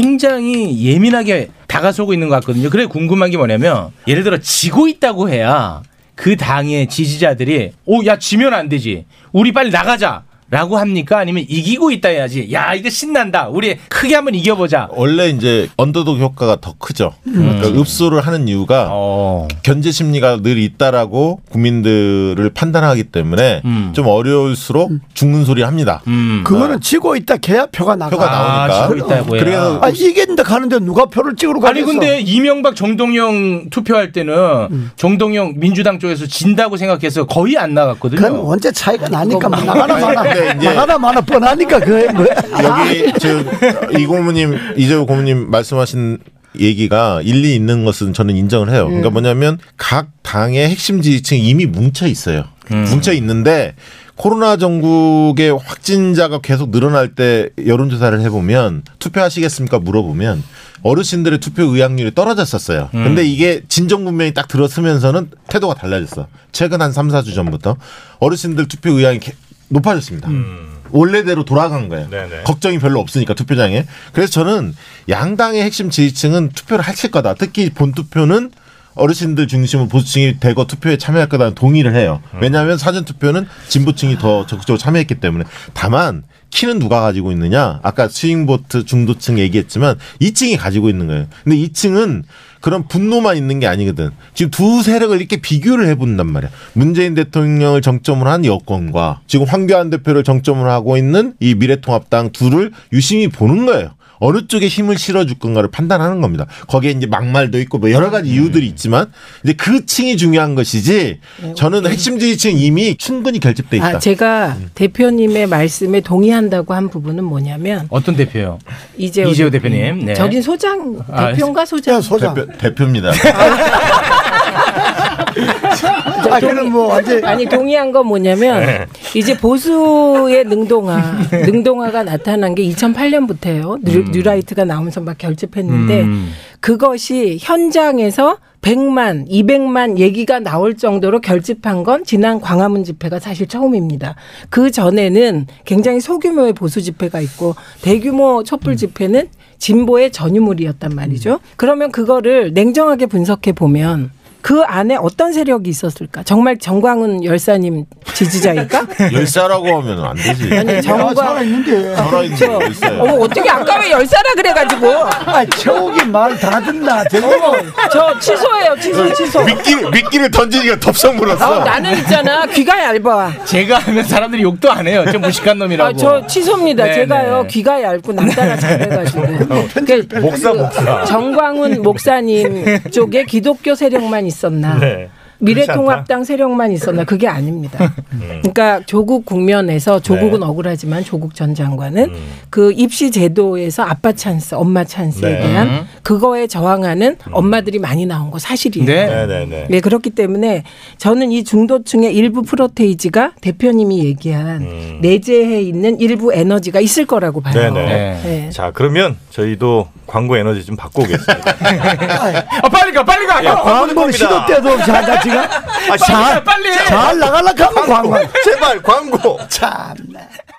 굉장히 예민하게 다가서고 있는 것 같거든요. 그래 궁금한 게 뭐냐면 예를 들어 지고 있다고 해야 그 당의 지지자들이 오, 야, 지면 안 되지. 우리 빨리 나가자. 라고 합니까? 아니면 이기고 있다 해야지. 야, 이거 신난다. 우리 크게 한번 이겨보자. 원래 이제 언더독 효과가 더 크죠. 그러니까 읍소를 하는 이유가 어. 어. 견제 심리가 늘 있다라고 국민들을 판단하기 때문에 좀 어려울수록 죽는 소리 합니다. 음. 그거는 지고 있다 개야 표가 나가. 표가 나오니까. 아, 지고 있다고 해야. 그래서- 아, 이긴다 가는데 누가 표를 찍으러 가겠어? 아니 근데 이명박 정동영 투표할 때는 음. 정동영 민주당 쪽에서 진다고 생각해서 거의 안 나갔거든요. 그건 원체 차이가 나니까 뭐 나가나 아니, 근데 이제- 마나 나가나 마나 뻔하니까 그게 뭐 여기 지금 이 고모님 이재호 고모님 말씀하신 얘기가 일리 있는 것은 저는 인정을 해요. 그러니까 뭐냐면 각 당의 핵심 지지층이 이미 뭉쳐 있어요. 뭉쳐 있는데 코로나 전국의 확진자가 계속 늘어날 때 여론조사를 해보면 투표하시겠습니까 물어보면 어르신들의 투표 의향률이 떨어졌었어요. 음. 근데 이게 진정 분명히 딱 들었으면서는 태도가 달라졌어. 최근 한 3, 4주 전부터 어르신들 투표 의향이 개- 높아졌습니다. 원래대로 돌아간 거예요. 네네. 걱정이 별로 없으니까 투표장에. 그래서 저는 양당의 핵심 지지층은 투표를 하실 거다. 특히 본 투표는 어르신들 중심으로 보수층이 대거 투표에 참여할 거다는 동의를 해요. 왜냐하면 사전 투표는 진보층이 더 적극적으로 참여했기 때문에. 다만 키는 누가 가지고 있느냐? 아까 스윙보트 중도층 얘기했지만 2층이 가지고 있는 거예요. 근데 2층은 그런 분노만 있는 게 아니거든. 지금 두 세력을 이렇게 비교를 해본단 말이야. 문재인 대통령을 정점으로 한 여권과 지금 황교안 대표를 정점으로 하고 있는 이 미래통합당 둘을 유심히 보는 거예요. 어느 쪽에 힘을 실어줄 건가를 판단하는 겁니다. 거기에 이제 막말도 있고 뭐 여러 음. 가지 이유들이 있지만 이제 그 층이 중요한 것이지 저는 핵심 지지층 이미 충분히 결집돼 있다. 네, 아, 제가 대표님의 말씀에 동의한다고 한 부분은 뭐냐면 어떤 대표요? 이재호, 이재호 대표님, 네. 저긴 소장 아, 대표인가 소장? 대표, 입니다 자, 아, 그는 뭐 완전 아니 동의한 건 뭐냐면 네. 이제 보수의 능동화, 능동화가 나타난 게 2008년부터예요. 뉴, 뉴라이트가 나오면서 막 결집했는데 음. 그것이 현장에서 100만, 200만 얘기가 나올 정도로 결집한 건 지난 광화문 집회가 사실 처음입니다. 그 전에는 굉장히 소규모의 보수 집회가 있고 대규모 촛불 집회는 진보의 전유물이었단 말이죠. 그러면 그거를 냉정하게 분석해 보면 그 안에 어떤 세력이 있었을까? 정말 정광훈 열사님 지지자일까? 열사라고 하면 안 되지. 아니, 정과- 살아있는데 살아있는 열사야. 어머 어떻게 아까 왜 열사라 그래가지고? 아 최욱이 말 다 듣나? 어머 저 취소해요 취소 취소. 미끼를 미끼를 던지니까 덥석 물었어. 아, 나는 있잖아 귀가 얇아. 제가 하면 사람들이 욕도 안 해요. 저 무식한 놈이라고. 아, 저 취소입니다. 네, 제가요 네. 어, 귀가 얇고 남자가 잘해가지고. 그러니까 목사, 그 목사. 정광훈 목사님 쪽에 기독교 세력만 있었나? 네. 미래통합당 세력만 있었나? 그게 아닙니다. 음. 그러니까 조국 국면에서 네. 조국은 억울하지만 조국 전 장관은 음. 그 입시 제도에서 아빠 찬스, 엄마 찬스에 네. 대한 음. 그거에 저항하는 엄마들이 많이 나온 거 사실이에요. 네. 네, 네, 네. 네, 그렇기 때문에 저는 이 중도층의 일부 프로테이지가 대표님이 얘기한 내재해 있는 일부 에너지가 있을 거라고 봐요. 음. 네네. 자 그러면 저희도 광고 에너지 좀 받고 오겠습니다. 아, 빨리 가, 어, 빨리 가. 야, 광범 시도 때도 자, 나 지금 아, 빨리 가, 잘, 빨리. 잘 나가려고 하면 광고. 제발 광고. 참.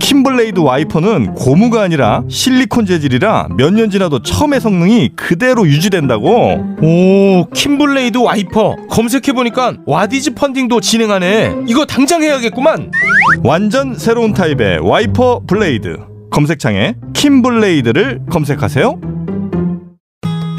킴블레이드 와이퍼는 고무가 아니라 실리콘 재질이라 몇 년 지나도 처음의 성능이 그대로 유지된다고 오 킴블레이드 와이퍼 검색해보니까 와디즈 펀딩도 진행하네 이거 당장 해야겠구만 완전 새로운 타입의 와이퍼 블레이드 검색창에 킴블레이드를 검색하세요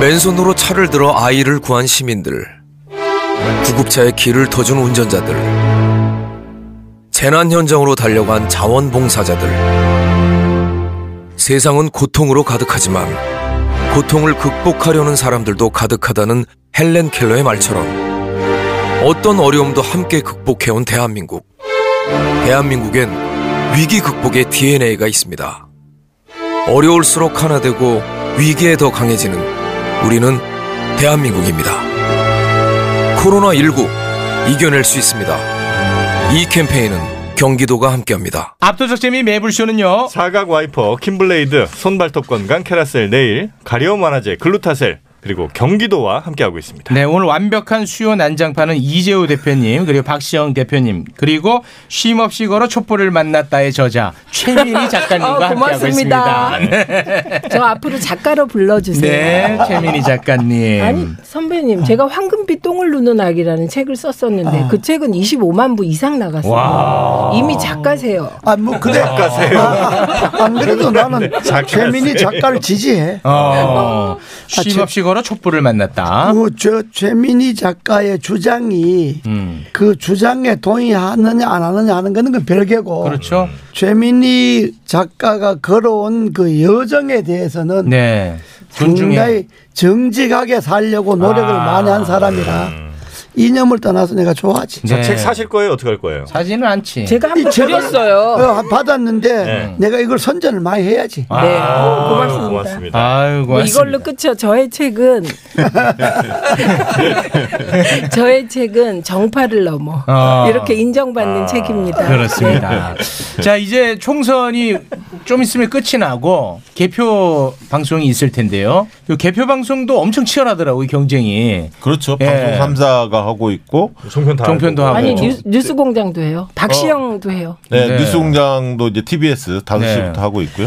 맨손으로 차를 들어 아이를 구한 시민들, 구급차에 길을 터준 운전자들, 재난 현장으로 달려간 자원봉사자들. 세상은 고통으로 가득하지만 고통을 극복하려는 사람들도 가득하다는 헬렌 켈러의 말처럼 어떤 어려움도 함께 극복해온 대한민국. 대한민국엔 위기 극복의 DNA가 있습니다. 어려울수록 하나 되고 위기에 더 강해지는 우리는 대한민국입니다. 코로나19 이겨낼 수 있습니다. 이 캠페인은 경기도가 함께합니다. 압도적 재미 매불쇼는요. 사각 와이퍼, 킴블레이드, 손발톱 건강 캐라셀 네일, 가려움 완화제 글루타셀 그리고 경기도와 함께하고 있습니다. 네, 오늘 완벽한 수요 난장판은 이재호 대표님, 그리고 박시영 대표님, 그리고 쉼없이 걸어 촛불을 만났다의 저자 최민희 작가님과 어, 함께하고 고맙습니다. 있습니다. 저 앞으로 작가로 불러주세요. 네, 최민희 작가님. 아니 선배님 제가 황금빛 똥을 누는 아기라는 책을 썼었는데 아. 그 책은 25만 부 이상 나갔어요. 와. 이미 작가세요. 아뭐 그래 작가세요. 아, 아, 안 그래도 나는 작가세요. 최민희 작가를 지지해. 어, 아, 제- 쉼없이 걸어 촛불을 음. 만났다. 그 저 최민희 작가의 주장이 음. 그 주장에 동의하느냐 안 하느냐 하는 거는 그 별개고. 그렇죠. 최민희 작가가 걸어온 그 여정에 대해서는 네. 존중해. 아. 상당히 정직하게 살려고 노력을 많이 한 사람이라 음. 이념을 떠나서 내가 좋아하지. 네. 네. 저 책 사실 거예요? 어떻게 할 거예요? 사지는 않지. 제가 이 한번 책을 드렸어요. 어, 받았는데 내가 이걸 선전을 많이 해야지. 네. 아, 네. 아유, 고맙습니다. 고맙습니다. 아유, 뭐 어, 이걸로 끝이요. 저의 책은 저의 책은 정파를 넘어 아. 이렇게 인정받는 책입니다. 그렇습니다. 자, 이제 총선이 좀 있으면 끝이 나고 개표 방송이 있을 텐데요. 요 개표 방송도 엄청 치열하더라고요, 경쟁이. 그렇죠. 예. 방송 삼사가 하고 있고 종편 다 종편도 하고. 아니 뉴스, 뉴스공장도 해요. 박시영도 해요. 네, 네. 뉴스공장도 이제 TBS 5 시부터 하고 있고요.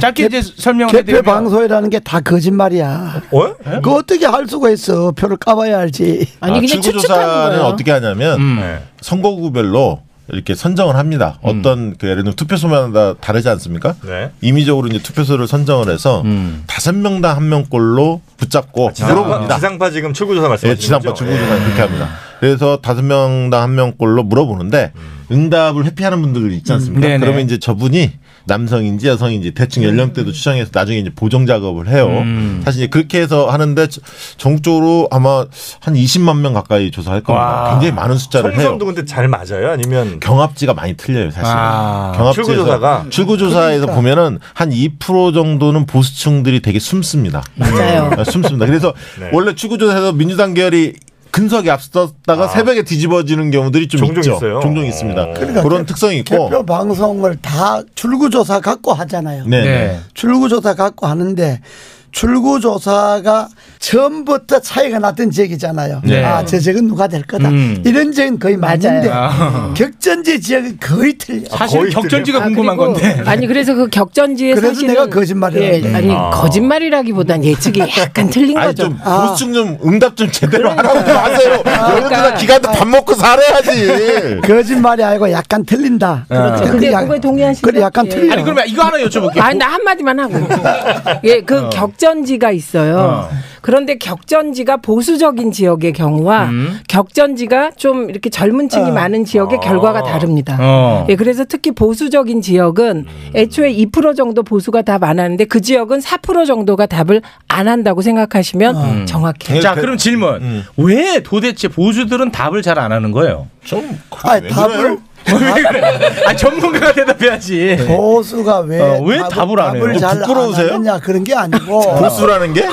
개표 방송이라는 게 다 거짓말이야. 네? 그거 어떻게 할 수가 있어? 표를 까봐야 알지. 아, 출구조사는 어떻게 하냐면 네. 선거구별로 이렇게 선정을 합니다. 어떤 그 예를 들면 투표소마다 다르지 않습니까? 네. 임의적으로 이제 투표소를 선정을 해서 다섯 명당 한 명꼴로 붙잡고 지상파, 물어봅니다. 지상파 지금 출구조사 예, 말씀하시는 지상파 거죠? 출구조사 예. 그렇게 합니다. 그래서 다섯 명당 한 명꼴로 물어보는데 응답을 회피하는 분들 있지 않습니까? 음, 네네. 그러면 이제 저분이 남성인지 여성인지 대충 연령대도 추정해서 나중에 이제 보정 작업을 해요. 음. 사실 이제 그렇게 해서 하는데 저- 전국적으로 아마 한 20만 명 가까이 조사할 겁니다. 굉장히 많은 숫자를 해요. 성성도 근데 잘 맞아요? 아니면 경합지가 많이 틀려요, 사실. 아. 경합지에서 출구조사가? 출구조사에서 그러니까. 보면은 한 2% 정도는 보수층들이 되게 숨습니다. 맞아요. 아, 숨습니다. 그래서 네. 원래 출구조사에서 민주당 계열이 근석이 앞섰다가 새벽에 뒤집어지는 경우들이 좀 아. 종종 있죠. 있어요. 종종 있습니다. 그러니까 그런 개- 특성이 있고 개표 방송을 다 출구조사 갖고 하잖아요. 네. 네. 출구조사 갖고 하는데 출구조사가 처음부터 차이가 났던 지역이잖아요. 네. 아, 제 지역은 누가 될 거다. 음. 이런 지역은 거의 맞는데 아. 격전지 지역은 아, 거의 틀려. 사실 거의 격전지가 틀려요? 궁금한 아, 그리고- 아니 그래서 그 격전지에 그래서 사실은 내가 거짓말을 예, 하는 거예요. 아니 아. 거짓말이라기보단 예측이 약간 틀린 아니, 거죠. 좀 보수층 좀 응답 좀 제대로 하라고 좀 하세요. 여러분들 기간도 밥 먹고 살아야지. 거짓말이 아니고 약간 틀린다. 그렇죠. 근데 예. 약- 그거에 동의하시죠? 그래, 약간 틀려. 아, 근데 한마디만 하고. 어. 예, 그 격전 격전지가 있어요. 그런데 격전지가 보수적인 지역의 경우와 음. 격전지가 좀 이렇게 젊은 층이 어. 많은 지역의 결과가 다릅니다. 어. 예, 그래서 특히 보수적인 지역은 애초에 2% 정도 보수가 답 안 하는데 그 지역은 4% 정도가 답을 안 한다고 생각하시면 음. 정확해요. 자, 그럼 질문. 왜 도대체 보수들은 답을 잘 안 하는 거예요? 좀 아, 답을 아, 전문가가 대답해야지. 보수가 왜, 어, 왜 답을 안 해요? 답을 잘안 부끄러우세요? 하느냐 그런 게 아니고 보수라는 게?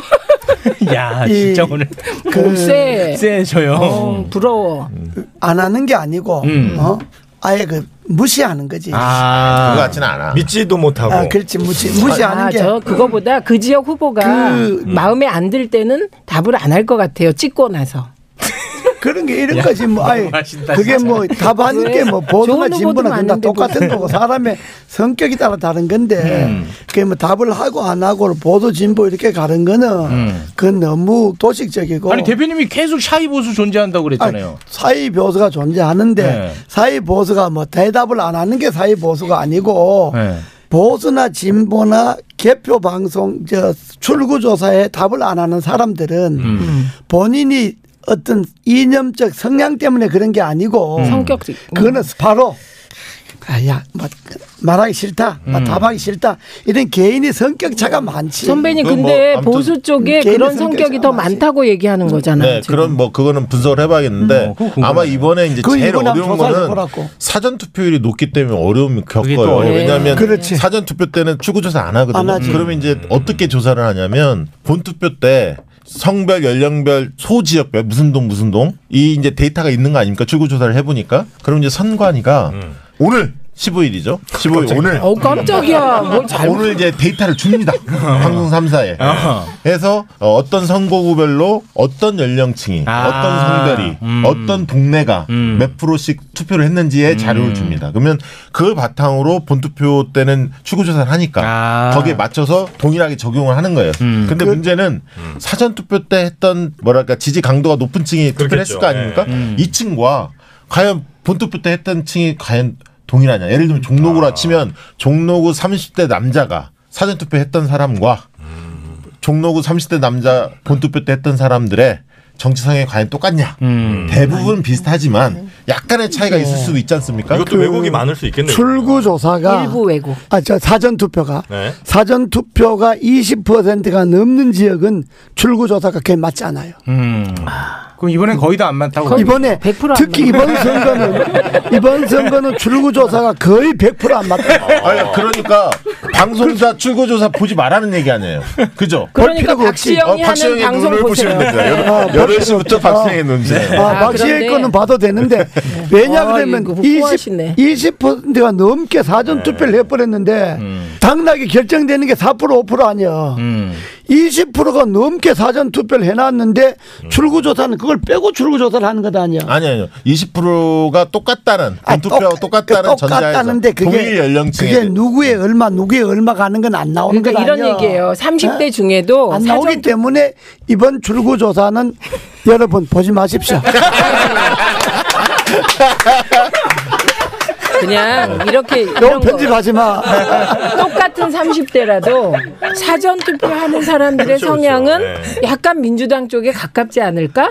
야, 진짜 오늘 그- 음. 쎄. 어, 쎄져요. 부러워. 안 하는 게 아니고 음. 어? 아예 그 무시하는 거지. 아, 그거 같진 않아. 믿지도 못하고. 아, 그렇지 무시 무시하는 아, 게. 저 그거보다 그 지역 후보가 그- 마음에 안 들 때는 답을 안 할 것 같아요. 찍고 나서. 그런 게 이런 거지 뭐 아예 맛있다, 그게 진짜. 뭐 답하는 게 뭐 보도나 좋은 후보도 진보나 된다 많은데 똑같은 그거. 거고 사람의 성격이 따라 다른 건데 음. 그게 뭐 답을 하고 안 하고 보도 진보 이렇게 가는 거는 그건 너무 도식적이고 음. 아니 대표님이 계속 샤이 보수 존재한다고 그랬잖아요. 사이 보수가 존재하는데 네. 사이 보수가 뭐 대답을 안 하는 게 사이 보수가 아니고 네. 보수나 진보나 개표 방송 저 출구 조사에 답을 안 하는 사람들은 음. 본인이 어떤 이념적 성향 때문에 그런 게 음. 아니고 성격 그거는 바로 아야 뭐, 말하기 싫다 막 음. 답하기 싫다 이런 개인이 성격 차가 많지 선배님 근데 보수 쪽에 뭐 음, 개인의 그런 성격 성격이 더 많다고 얘기하는 거잖아요. 네, 지금. 그런 뭐 그거는 분석을 해봐야겠는데 아마 이번에 이제 그건 제일 이번에 어려운 조사를 거는 해보라고. 사전 투표율이 높기 때문에 어려움을 겪어요. 또 어려워요. 왜냐하면 그렇지. 사전 투표 때는 출구 조사 안 하거든요. 안 하지. 그러면 이제 어떻게 조사를 하냐면 본 투표 때 성별, 연령별, 소지역별 무슨 동 무슨 동 이 이제 데이터가 있는 거 아닙니까? 출구 조사를 해보니까 그럼 이제 선관위가 오늘 15일이죠. 15일 오늘. 어, 음. 깜짝이야. 뭘 어, 잘못- 뭐 오늘 이제 데이터를 줍니다. 방송 3사에. 그래서 어, 어떤 선거구별로 어떤 연령층이 어떤 성별이 어떤 동네가 몇 프로씩 투표를 했는지의 자료를 줍니다. 그러면 그걸 바탕으로 본투표 때는 추구 조사를 하니까 거기에 맞춰서 동일하게 적용을 하는 거예요. 근데 문제는 사전 투표 때 했던 뭐랄까 지지 강도가 높은 층이 투표를 그렇겠죠. 했을 거 아닙니까? 예. 음. 이 층과 과연 본투표 때 했던 층이 과연 동일하냐. 예를 들면 종로구라 아. 치면 종로구 30대 남자가 사전투표 했던 사람과 종로구 30대 남자 본투표 때 했던 사람들의 정치성에 과연 똑같냐. 음. 대부분 비슷하지만 음. 약간의 차이가 있을 수도 있지 않습니까? 예. 그 이것도 왜곡이 많을 수 있겠네요. 출구 조사가 일부 외국 아저 사전 투표가 네. 사전 투표가 20%가 넘는 지역은 출구 조사가 그게 맞지 않아요. 음. 그럼 이번엔 거의 다 안 많다고. 이번에 특히 이번 선거는 이번 선거는 출구 조사가 거의 100%안 맞다. 아니, 그러니까 방송사 출구 조사 보지 말라는 얘기 아니에요. 그죠? 어, 그러니까 어, 박시영이 하는 방송 보세요. 아, 여덟 시부터 박시영의 눈치. 아, 박시의 거는 봐도 되는데 왜냐 아, 그러면 이거 20, 20%가 넘게 네. 사전 투표를 해버렸는데 음. 당락이 결정되는 게 4% 5% 아니야. 20%가 넘게 사전 투표를 해놨는데 음. 출구조사는 그걸 빼고 출구조사를 하는 것 아니야. 아니 아니요. 20%가 똑같다는 본투표하고 똑같다는 전자에서 아, 똑같다는데 그게 동일 연령층에 음. 그게 누구의 얼마 누구의 얼마 가는 건 안 나오는 건 그러니까 이런 아니야. 얘기예요. 30대 중에도 네? 안 사전 나오기 때문에 이번 출구조사는 여러분 보지 마십시오. 그냥 이렇게 너무 편집하지 마. 똑같은 30대라도 사전 투표하는 사람들의 그렇죠, 그렇죠. 성향은 네. 약간 민주당 쪽에 가깝지 않을까?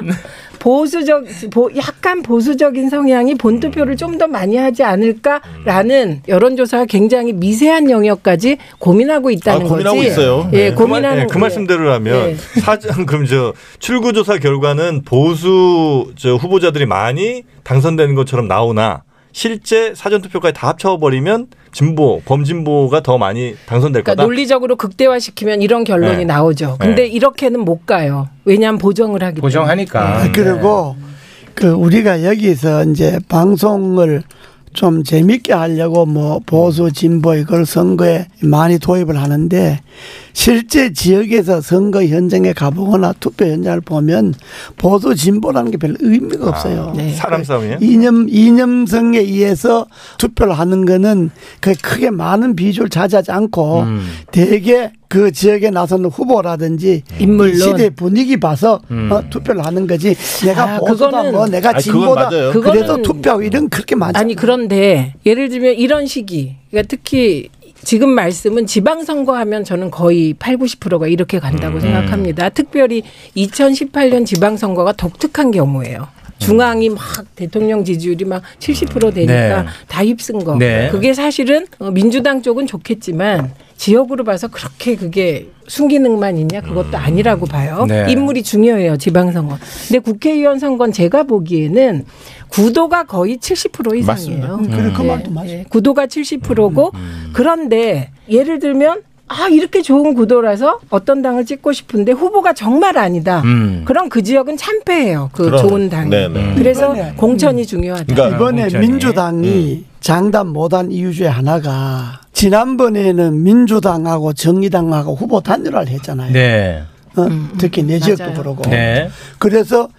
보수적 보, 약간 보수적인 성향이 본 투표를 좀 더 많이 하지 않을까라는 여론조사가 굉장히 미세한 영역까지 고민하고 있다는 아, 고민하고 거지. 있어요. 예, 네, 그 말- 고민하는 네, 그, 말씀대로라면 사전 그럼 저 출구조사 결과는 보수 저 후보자들이 많이 당선되는 것처럼 나오나 실제 사전투표까지 다 합쳐버리면 진보 범진보가 더 많이 당선될 그러니까 거다. 논리적으로 극대화시키면 이런 결론이 네. 나오죠. 근데 네. 이렇게는 못 가요. 왜냐하면 보정을 하기 때문에. 보정하니까. 네. 아, 그리고 그 우리가 여기서 이제 방송을 좀 재밌게 하려고 뭐 보수 진보 이걸 선거에 많이 도입을 하는데 실제 지역에서 선거 현장에 가보거나 투표 현장을 보면 보수 진보라는 게 별 의미가 없어요. 아, 사람 싸움이에요? 이념 이념성에 의해서 투표를 하는 거는 그 크게 많은 비율을 차지하지 않고 음. 대개 그 지역에 나서는 후보라든지 인물론. 이 시대 분위기 봐서 예. 음. 어, 투표를 하는 거지 내가 아, 보수다 그거는- 뭐 내가 아니, 그건 진보다 맞아요. 그래도 그거는- 투표하고 이런 그렇게 많지 아니 그런데 예를 들면 이런 시기 그러니까 특히 지금 말씀은 지방선거 하면 저는 거의 8, 90%가 이렇게 간다고 음. 생각합니다. 특별히 2018년 지방선거가 독특한 경우예요. 중앙이 막 대통령 지지율이 막 70% 되니까 네. 다 휩쓴 거. 네. 그게 사실은 어, 민주당 쪽은 좋겠지만 지역으로 봐서 그렇게 그게 순기능만 있냐 그것도 아니라고 봐요. 네. 인물이 중요해요 지방선거. 근데 국회의원 선거는 제가 보기에는 구도가 거의 70% 이상이에요. 맞습니다. 음, 그래, 그 말도 맞아요. 구도가 70%고 그런데 예를 들면 아 이렇게 좋은 구도라서 어떤 당을 찍고 싶은데 후보가 정말 아니다. 음. 그럼 그 지역은 참패해요. 그 그럼. 좋은 당이. 네네. 그래서 이번에, 공천이 중요하다. 그러니까 아, 이번에 예. 민주당이 장담 못한 이유 중에 하나가 지난번에는 민주당하고 정의당하고 후보 단일화를 했잖아요. 네. 음, 어? 특히 내 지역도 맞아요. 그러고. 네. 그래서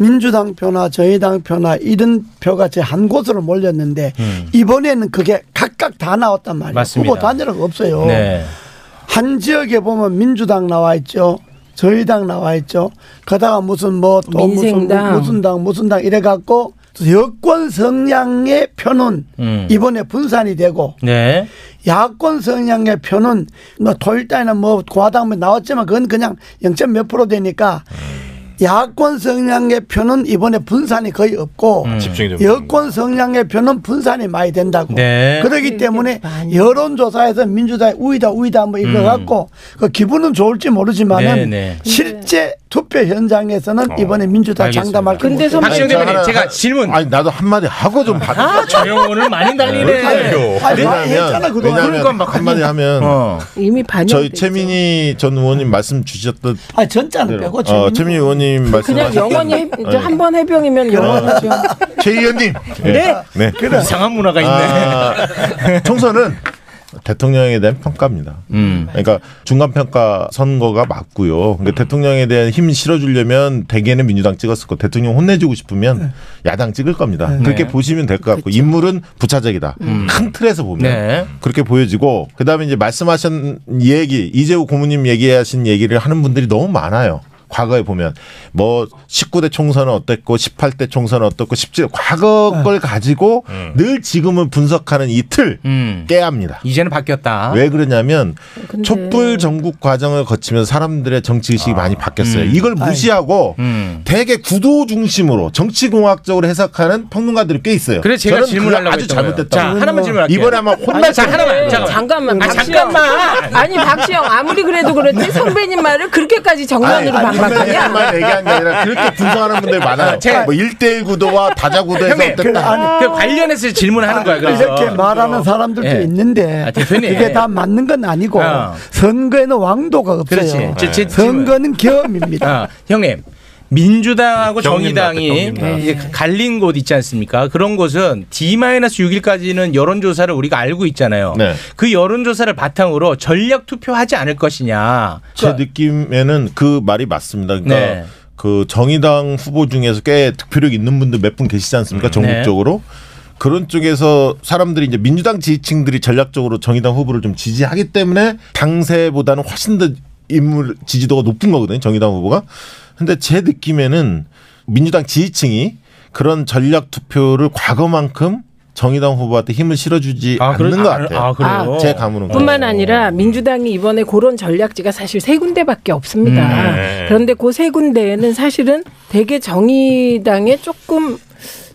민주당 표나 정의당 표나 이런 표가 제 한 곳으로 몰렸는데 음. 이번에는 그게 각각 다 나왔단 말이에요. 맞습니다. 후보 단일화가 없어요. 네. 한 지역에 보면 민주당 나와 있죠. 저희당 나와 있죠. 그다가 무슨 뭐또 무슨 민생당. 무슨 당 무슨 당 이래 갖고 여권 성향의 표는 음. 이번에 분산이 되고 네. 야권 성향의 표는 뭐 토일당이나 뭐 고하당면 나왔지만 그건 그냥 0. 몇 프로 되니까 음. 야권 성향의 표는 이번에 분산이 거의 없고 아, 음. 집중이 됩니다. 여권 성향의 표는 분산이 많이 된다고 네. 그렇기 때문에 여론조사에서 민주당이 우위다 우위다 뭐 이거 음. 갖고 그 기분은 좋을지 네, 모르지만은 네. 실제 투표 어. 현장에서는 이번에 민주당 장담할 게 못해요. 아니, 저 하나- 질문. 아니 나도 한 마디 하고 좀 받. 아, 조영호는 많이 달리네. 왜 이렇게 어려워? 아니, 많이 했잖아, 왜냐하면 그동안. 그러니까 어. 왜냐하면 막 한마디 하면 이미 반영. 저희 최민희 전 의원님 말씀 주셨던 아 전자는 대로 빼고 어, 최민희 의원님 그냥 말씀하셨던 영원히 해, 네. 한 번 해병이면 영원하죠. 최 의원님. 네. 네. 그래. 이상한 문화가 있네. 아, 총선은 대통령에 대한 평가입니다. 그러니까 중간 평가 선거가 맞고요. 그러니까 대통령에 대한 힘 실어주려면 대개는 민주당 찍었을 거, 대통령 혼내주고 싶으면 야당 찍을 겁니다. 네. 그렇게 보시면 될 것 같고 인물은 부차적이다. 큰 틀에서 보면 네. 그렇게 보여지고 그다음에 이제 말씀하신 얘기 이재호 고모님 얘기하신 얘기를 하는 분들이 너무 많아요. 과거에 보면 뭐 19대 총선은 어땠고 18대 총선은 어떻고 17 과거 걸 가지고 음. 늘 지금은 분석하는 이틀 깨야 합니다. 이제는 바뀌었다. 왜 그러냐면 촛불 전국 과정을 거치면 사람들의 아. 정치 의식이 많이 바뀌었어요. 음. 이걸 무시하고 음. 되게 구도 중심으로 정치 공학적으로 해석하는 평론가들이 꽤 있어요. 그래, 제가 저는 질문하려고 그거 아주 했던 거예요. 잘못됐다. 자, 하나만 질문할게요. 이번에 아마 혼날 자, 하나만. 잠깐만. 아니, 네. 잠깐만. 박시영. 잠깐만. 아니 박시영 아무리 그래도 그렇지 선배님 말을 그렇게까지 정면으로 아니, 아니, 반박하냐? 선배님만 얘기한 게 아니라 그렇게 분석하는 분들 많아요. 제- 뭐 1대1 구도와 다자 구도에서 형님, 어땠다. 그- 아니, 그 관련해서 질문하는 거야, 그래서. 이렇게 말하는 사람들도 예. 있는데 아, 대표님. 이게 다 맞는 건 아니고 어. 선거에는 왕도가 없어요. 예. 그렇지. 제- 네. 제 선거는 경험입니다. 아, 형님. 민주당하고 네, 경림 정의당이 같아, 경림 이제 갈린 곳 있지 않습니까? 그런 곳은 D-6일까지는 여론조사를 우리가 알고 있잖아요. 네. 그 여론조사를 바탕으로 전략 투표하지 않을 것이냐. 그러니까 제 느낌에는 그 말이 맞습니다. 그러니까 네. 그 정의당 후보 중에서 꽤 득표력 있는 분들 몇 분 계시지 않습니까? 음, 네. 전국적으로. 그런 쪽에서 사람들이 이제 민주당 지지층들이 전략적으로 정의당 후보를 좀 지지하기 때문에 당세보다는 훨씬 더 인물 지지도가 높은 거거든요. 정의당 후보가. 근데 제 느낌에는 민주당 지지층이 그런 전략 투표를 과거만큼 정의당 후보한테 힘을 실어주지 않는 그런- 것 아, 같아요. 아, 그래요? 네. 제 감으로는. 뿐만 아니라 민주당이 이번에 그런 전략지가 사실 세 군데밖에 없습니다. 음, 네. 그런데 그 세 군데에는 사실은 되게 정의당에 조금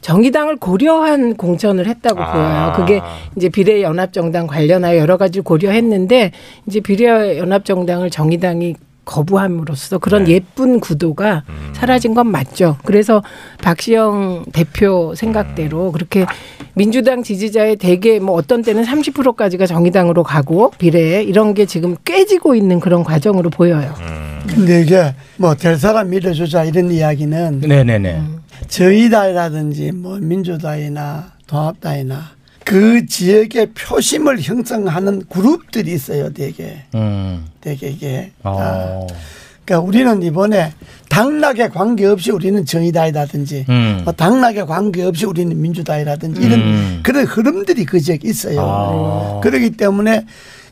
정의당을 고려한 공천을 했다고 아. 보여요. 그게 이제 비례연합정당 관련하여 여러 가지를 고려했는데 이제 비례연합정당을 정의당이 거부함으로써 그런 예쁜 구도가 사라진 건 맞죠. 그래서 박시영 대표 생각대로 그렇게 민주당 지지자의 대개 뭐 어떤 때는 30%까지가 정의당으로 가고 비례 이런 게 지금 깨지고 있는 그런 과정으로 보여요. 근데 이게 뭐 될 사람 밀어주자 이런 이야기는 네네네. 음. 저희당이라든지 뭐 민주당이나 통합당이나 그 지역의 표심을 형성하는 그룹들이 있어요, 되게. 음. 되게 이게. 어. 그러니까 우리는 이번에 당락에 관계없이 우리는 정의당이라든지 음. 뭐 당락에 관계없이 우리는 민주당이라든지 이런 음. 그런 흐름들이 그 지역에 있어요. 아. 그렇기 때문에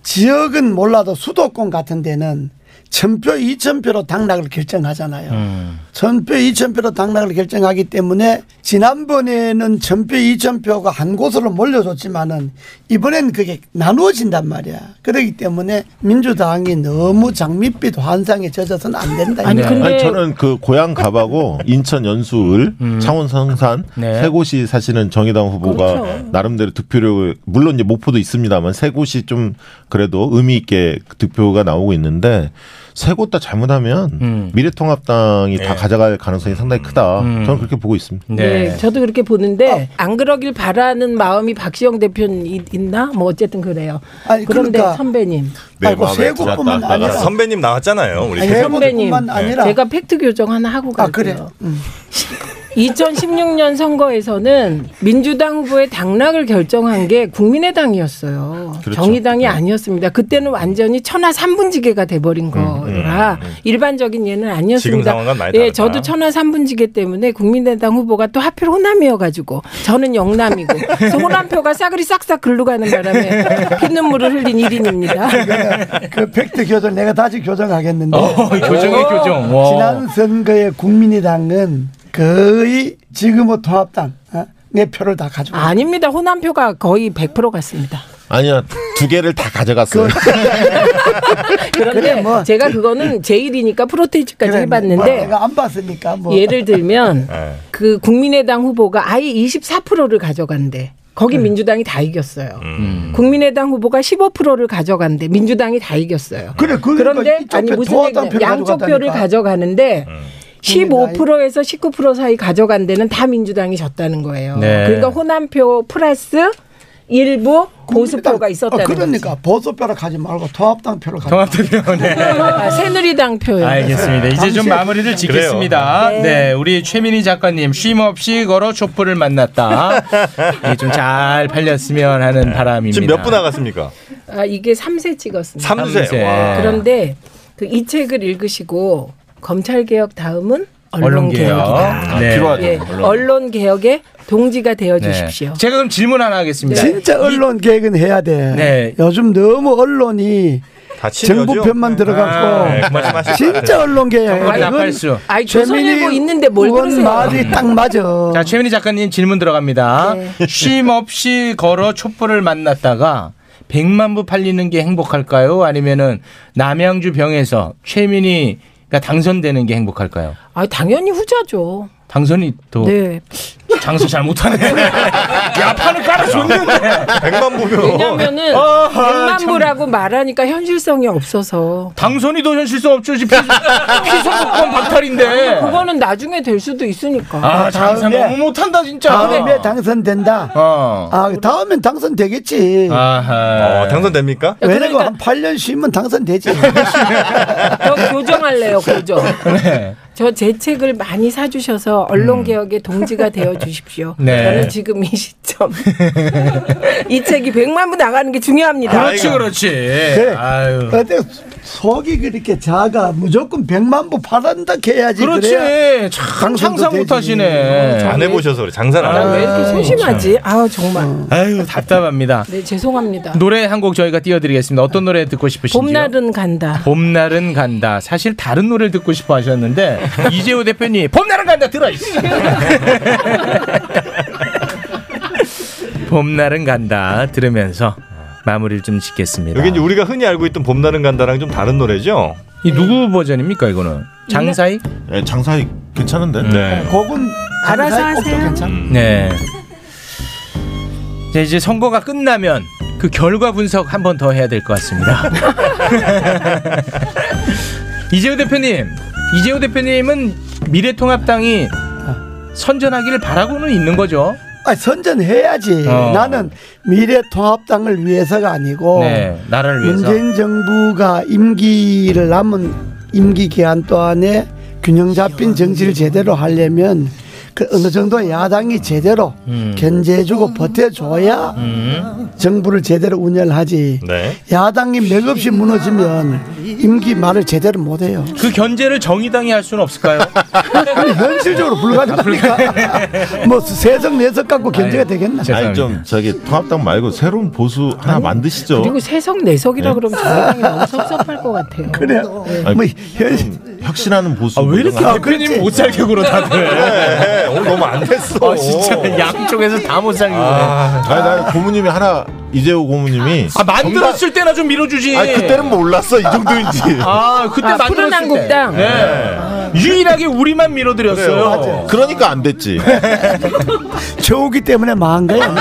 지역은 몰라도 수도권 같은 데는 천표 이천표로 당락을 결정하잖아요. 음. 천표 이천표로 당락을 결정하기 때문에 지난번에는 천표 이천표가 한 곳으로 몰려줬지만은 이번엔 그게 나누어진단 말이야. 그렇기 때문에 민주당이 너무 장밋빛 환상에 젖어서는 안 된다. 이거야. 저는 그 고향 갑하고 인천 연수을, 창원 성산 음. 네. 세 곳이 사실은 정의당 후보가 그렇죠. 나름대로 득표를 물론 이제 목포도 있습니다만 세 곳이 좀 그래도 의미 있게 득표가 나오고 있는데 세 곳 다 잘못하면 음. 미래통합당이 다 가져갈 가능성이 상당히 크다. 저는 그렇게 보고 있습니다. 네. 저도 그렇게 어. 보는데 안 그러길 바라는 마음이 박시영 대표는 이- 있나? 뭐 어쨌든 그래요. 그런데 그러니까. 선배님. 아이고, 세 곳뿐만 아니라. 선배님 나왔잖아요. 우리 아니, 대표. 선배님, 뿐만 아니라. 예, 아, 제가 팩트 교정 하나 하고 갈게요. 그래요? 음. 2016년 선거에서는 민주당 후보의 당락을 결정한 게 국민의당이었어요. 그렇죠. 정의당이 아니었습니다. 그때는 완전히 천하 삼분지계가 음, 돼버린 거라 일반적인 예는 지금 아니었습니다. 상황과는 많이 예, 다르다. 저도 천하 삼분지계 때문에 국민의당 후보가 또 하필 호남이어가지고 저는 영남이고 그래서 호남표가 싸그리 싹싹 글로 가는 바람에 피눈물을 흘린 일인입니다. 그 팩트 교정 내가 다시 교정하겠는데. 어, 교정이에요, 교정. 와. 지난 선거에 국민의당은 거의 지금의 통합당 어? 내 표를 다 가지고. 아닙니다. 호남표가 거의 100% 갔습니다. 아니야 두 개를 다 가져갔어요. 그- 그런데 뭐 제가 그거는 제 일이니까 프로테이즈까지 해봤는데 내가 안 봤으니까 뭐. 예를 들면 그 국민의당 후보가 아예 24%를 가져간대. 거기 음. 민주당이 다 이겼어요. 국민의당 후보가 15%를 가져간대. 민주당이 다 이겼어요. 그래, 그러니까 런데 이쪽 아니 표, 무슨 더하다 얘기냐? 표를 양쪽 가져갔다니까. 표를 가져가는데 15%에서 19% 사이 가져간 데는 다 민주당이 졌다는 거예요. 네. 그러니까 호남표 플러스 일부 보수표가 있었다는 어, 그러니까 보수표를 가지 말고 통합당 표를 가지. 통합당 표. 아, 새누리당 표현. 알겠습니다. 이제 좀 잠시- 마무리를 짓겠습니다. 그래요. 네. 네. 우리 최민희 작가님 쉼 없이 걸어 촛불을 만났다. 좀 잘 팔렸으면 하는 바람입니다. 지금 몇분 나갔습니까? 아, 이게 3세 찍었습니다. 삼세, 삼세. 네. 와. 그런데 그 이 책을 읽으시고 검찰 개혁 다음은 언론 언론 개혁. 개혁이다. 아, 네. 필요하죠. 예, 언론. 언론 개혁의 동지가 되어 네. 주십시오. 네. 제가 그럼 질문 하나 하겠습니다. 진짜 언론 개혁은 해야 돼. 네. 요즘 너무 언론이 치료죠? 정부 편만 아, 네, 들어갔고 그만 좀 하시기 진짜 바라요. 언론 정말 개혁은 나팔수. 아이, 조선일보 있는데 뭘 그러세요? 말이 딱 맞아. 자 최민희 작가님 질문 들어갑니다. 네. 쉼 없이 걸어 촛불을 만났다가 100만 부 팔리는 게 행복할까요? 아니면은 남양주 병에서 최민희가 당선되는 게 행복할까요? 아, 당연히 후자죠. 당선이 또 네. 장수 잘 못하네. 야 판을 깔아줬는데. 100만 어. 보면. 왜냐면은 아, 백만부라고 말하니까 현실성이 없어서 당선이 더 현실성 없죠. 지금 피소- 피소권 아, 박탈인데. 그거는 나중에 될 수도 있으니까. 아, 장사 너무 못한다 진짜. 네. 어. 다음에 당선된다. 아 다음엔 당선되겠지. 아. 어, 당선됩니까? 그러니까 왜냐면 한 8년 쉬면 당선되지. 아, 그렇죠. 저 교정할래요, 교정. 네. 저 제 책을 많이 사주셔서 언론 개혁의 동지가 되어 주십시오. 음. 네. 저는 지금 이 시점 이 책이 100만 부 나가는 게 아, 중요합니다. 그렇지 그렇지. 그래. 아유. 근데 속이 그렇게 작아 무조건 100만 부 팔한다 해야지. 그렇지. 그래야 참 당선도 상상 되지. 어, 못하시네. 안 해보셔서 그래. 장사를 안 아, 음. 하고. 왜 이렇게 소심하지? 아 정말. 아유 답답합니다. 네 죄송합니다. 노래 한 곡 저희가 띄워드리겠습니다. 어떤 노래 듣고 싶으신지요? 봄날은 간다. 봄날은 간다. 사실 다른 노래를 듣고 싶어 하셨는데 이재호 대표님 봄날은 간다 들어. 이씨. 봄날은 간다 들으면서 마무리를 좀 짓겠습니다. 이게 이제 우리가 흔히 알고 있던 봄날은 간다랑 좀 다른 노래죠. 이 누구 버전입니까 이거는? 장사익? 네, 장사익 괜찮은데. 음. 네. 곡은 알아서 장사의 곡도 하세요. 괜찮아. 네. 자, 이제 선거가 끝나면 그 결과 분석 한 번 더 해야 될 것 같습니다. 이재호 대표님, 이재호 대표님은 미래통합당이 선전하기를 바라고는 있는 거죠. 아 선전해야지. 어. 나는 미래통합당을 위해서가 어. 아니고 네, 나라를 위해서. 문재인 정부가 임기를 남은 임기 기한 동안에 균형 잡힌 뭐 정치를 제대로 하려면 그 어느 정도 야당이 제대로 음. 견제해주고 버텨줘야 음. 정부를 제대로 운영하지. 네. 야당이 맥없이 무너지면 임기 말을 제대로 못해요. 그 견제를 정의당이 할 수는 없을까요? 아니 현실적으로 불가능하니까 뭐 세석 네석 갖고 견제가 되겠나? 아니 좀 저기 통합당 말고 새로운 보수 하나 만드시죠. 그리고 세석 내석이라 네. 그러면 정당이 너무 섭섭할 것 같아요. 그래요. 아니, 뭐 좀 혁신하는 보수. 아, 왜 이렇게 모델. 대표님은 못 살게 굴어 다들. 그래, 오늘 너무 안 됐어. 아, 진짜 양쪽에서 다 못 살게 굴어. 아, 아니 나 고모님이 하나 이재호 고모님이 아, 만들었을 때나 좀 밀어주지. 아니, 그때는 몰랐어 이 정도인지. 아, 그때 아, 만들었을 푸른 한국당. 때. 네. 유일하게 우리만 그래요. 밀어드렸어요. 그러니까 안 됐지. 저기 때문에 망한 거야.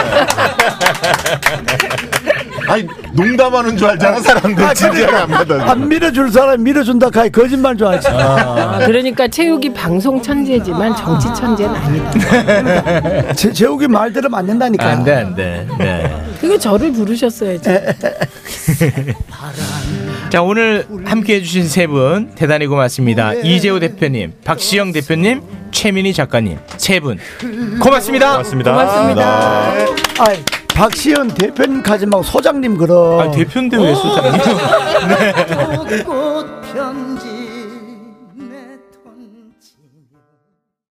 아니 농담하는 줄 알잖아 사람들 진지하게 안 받아. 안 밀어줄 사람 밀어준다 카이 거짓말 줄 알지. 아, 그러니까 체육이 방송 천재지만 정치 천재는 아니다. 제, 제욱이 말대로 맞는다니까. 안 돼, 안 돼. 아, 네. 그거 저를 부르셨어야지. 자 오늘 함께 해주신 세 분 대단히 고맙습니다 이재호 대표님 박시영 대표님 최민희 작가님 세 분 고맙습니다 고맙습니다. 고맙습니다. 네. 아, 박시현 대표님까지 막 소장님 그럼. 대표인데 왜 소장님? 네. 꽃 편지